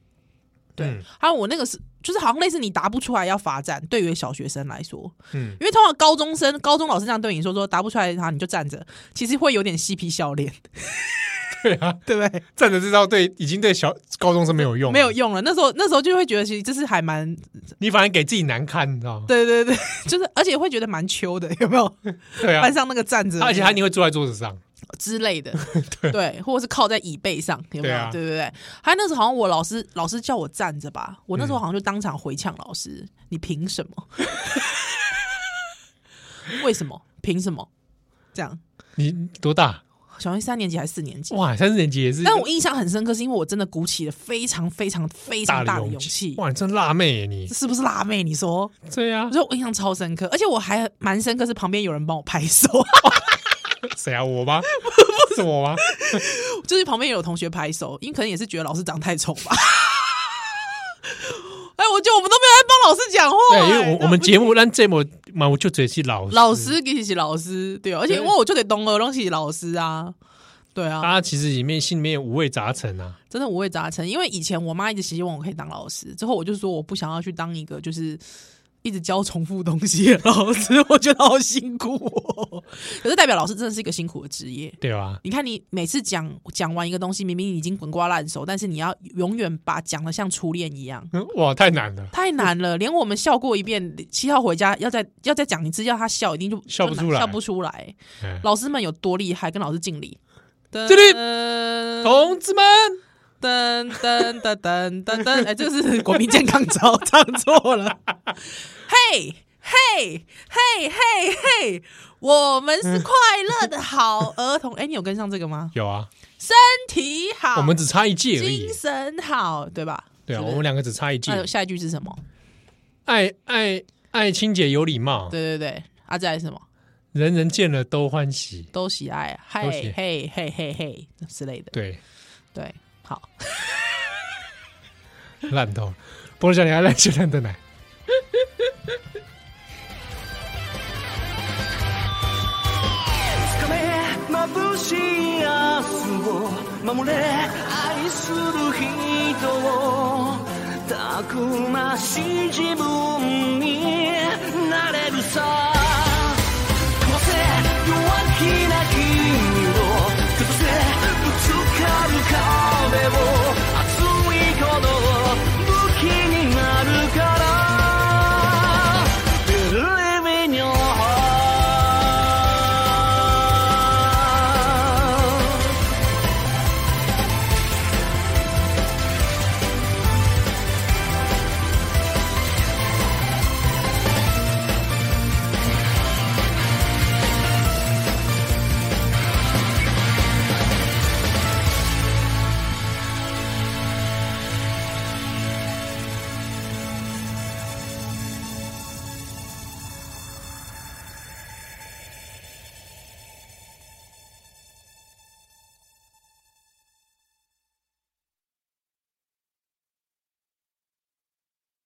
[SPEAKER 3] 对，
[SPEAKER 2] 嗯
[SPEAKER 3] 还有我那个是就是好像类似你答不出来要罚站，对于小学生来说，
[SPEAKER 2] 嗯，
[SPEAKER 3] 因为通常高中生高中老师这样对你说说答不出来，然后你就站着，其实会有点嬉皮笑脸，
[SPEAKER 2] 对啊，
[SPEAKER 3] 对不对？
[SPEAKER 2] 站着这招对已经对小高中生没有用，
[SPEAKER 3] 没有，用了。那时候那时候就会觉得，其实这是还蛮
[SPEAKER 2] 你反而给自己难堪，你知道吗？
[SPEAKER 3] 对对对， 就是而且会觉得蛮秋的，有没有？
[SPEAKER 2] 对啊
[SPEAKER 3] 班，上那个站着，
[SPEAKER 2] 而且他你会坐在桌子上，
[SPEAKER 3] 之类的，对，或者是靠在椅背上，有没
[SPEAKER 2] 对
[SPEAKER 3] 有？
[SPEAKER 2] 啊
[SPEAKER 3] 对对对。还有那时候好像我老师老师叫我站着吧，我那时候好像就当场回呛老师：“你凭什么？ 为什么？凭什么？”这样，
[SPEAKER 2] 你多大？
[SPEAKER 3] 小学三年级还是四年级？
[SPEAKER 2] 哇，三四年级也是
[SPEAKER 3] 但我印象很深刻，是因为我真的鼓起了非常非常非常大的勇气。
[SPEAKER 2] 哇，你真辣妹耶你
[SPEAKER 3] 这，是不是辣妹？你说，
[SPEAKER 2] 对啊
[SPEAKER 3] 我，说我印象超深刻，而且我还蛮深刻，是旁边有人帮我拍手，
[SPEAKER 2] 谁啊？我 吗？是我吗？
[SPEAKER 3] 就是旁边有同学拍手，因为可能也是觉得老师长太丑吧。 哎，我觉得我们都没有在帮老师讲话、
[SPEAKER 2] 对，因
[SPEAKER 3] 哎
[SPEAKER 2] 为我我们节目让这么嘛，我就只是老
[SPEAKER 3] 老师其实是老师，对哦，而且因为我就得懂俄东西老师啊，对啊，
[SPEAKER 2] 他其实里面心里面有五味杂陈啊，
[SPEAKER 3] 真的五味杂陈。因为以前我妈一直希望我可以当老师，之后我就说我不想要去当一个就是一直教重复东西的老师， 我觉得好辛苦、哦。可是代表老师真的是一个辛苦的职业，
[SPEAKER 2] 对吧？
[SPEAKER 3] 你看，你每次讲讲完一个东西，明明已经滚瓜烂熟，但是你要永远把讲的像初恋一样，
[SPEAKER 2] 嗯 哇，太难了，
[SPEAKER 3] 太难了。连我们笑过一遍，七号回家要再要再讲一次，要他笑，一定就
[SPEAKER 2] 笑不
[SPEAKER 3] 就
[SPEAKER 2] 出来
[SPEAKER 3] 笑不出来。
[SPEAKER 2] 嗯
[SPEAKER 3] 老师们有多厉害，跟老师 敬礼。敬
[SPEAKER 2] 敬礼
[SPEAKER 3] 噔
[SPEAKER 2] 同志们，
[SPEAKER 3] 噔噔噔噔噔噔，哎，这是国民健康操，唱错了。嘿，嘿，嘿，嘿，嘿，我们是快乐的好儿童。哎，你有跟上这个吗？
[SPEAKER 2] 有啊，
[SPEAKER 3] 身体好，
[SPEAKER 2] 我们只差一届而已
[SPEAKER 3] 精，神好，对吧？
[SPEAKER 2] 对啊，
[SPEAKER 3] 是不
[SPEAKER 2] 我
[SPEAKER 3] 是
[SPEAKER 2] 们两个只差一届
[SPEAKER 3] 还，有下一句是什么？
[SPEAKER 2] 爱爱爱清洁有礼貌，
[SPEAKER 3] 对对对，啊，再来是什么？
[SPEAKER 2] 人人见了都欢喜，
[SPEAKER 3] 都喜爱啊，
[SPEAKER 2] 都喜
[SPEAKER 3] 嘿嘿嘿嘿嘿之类的。
[SPEAKER 2] 对，
[SPEAKER 3] 对，好，
[SPEAKER 2] 烂透了，波多少年爱烂烂的奶。
[SPEAKER 4] 掴め眩しい明日を守れ愛する人をたくましい自分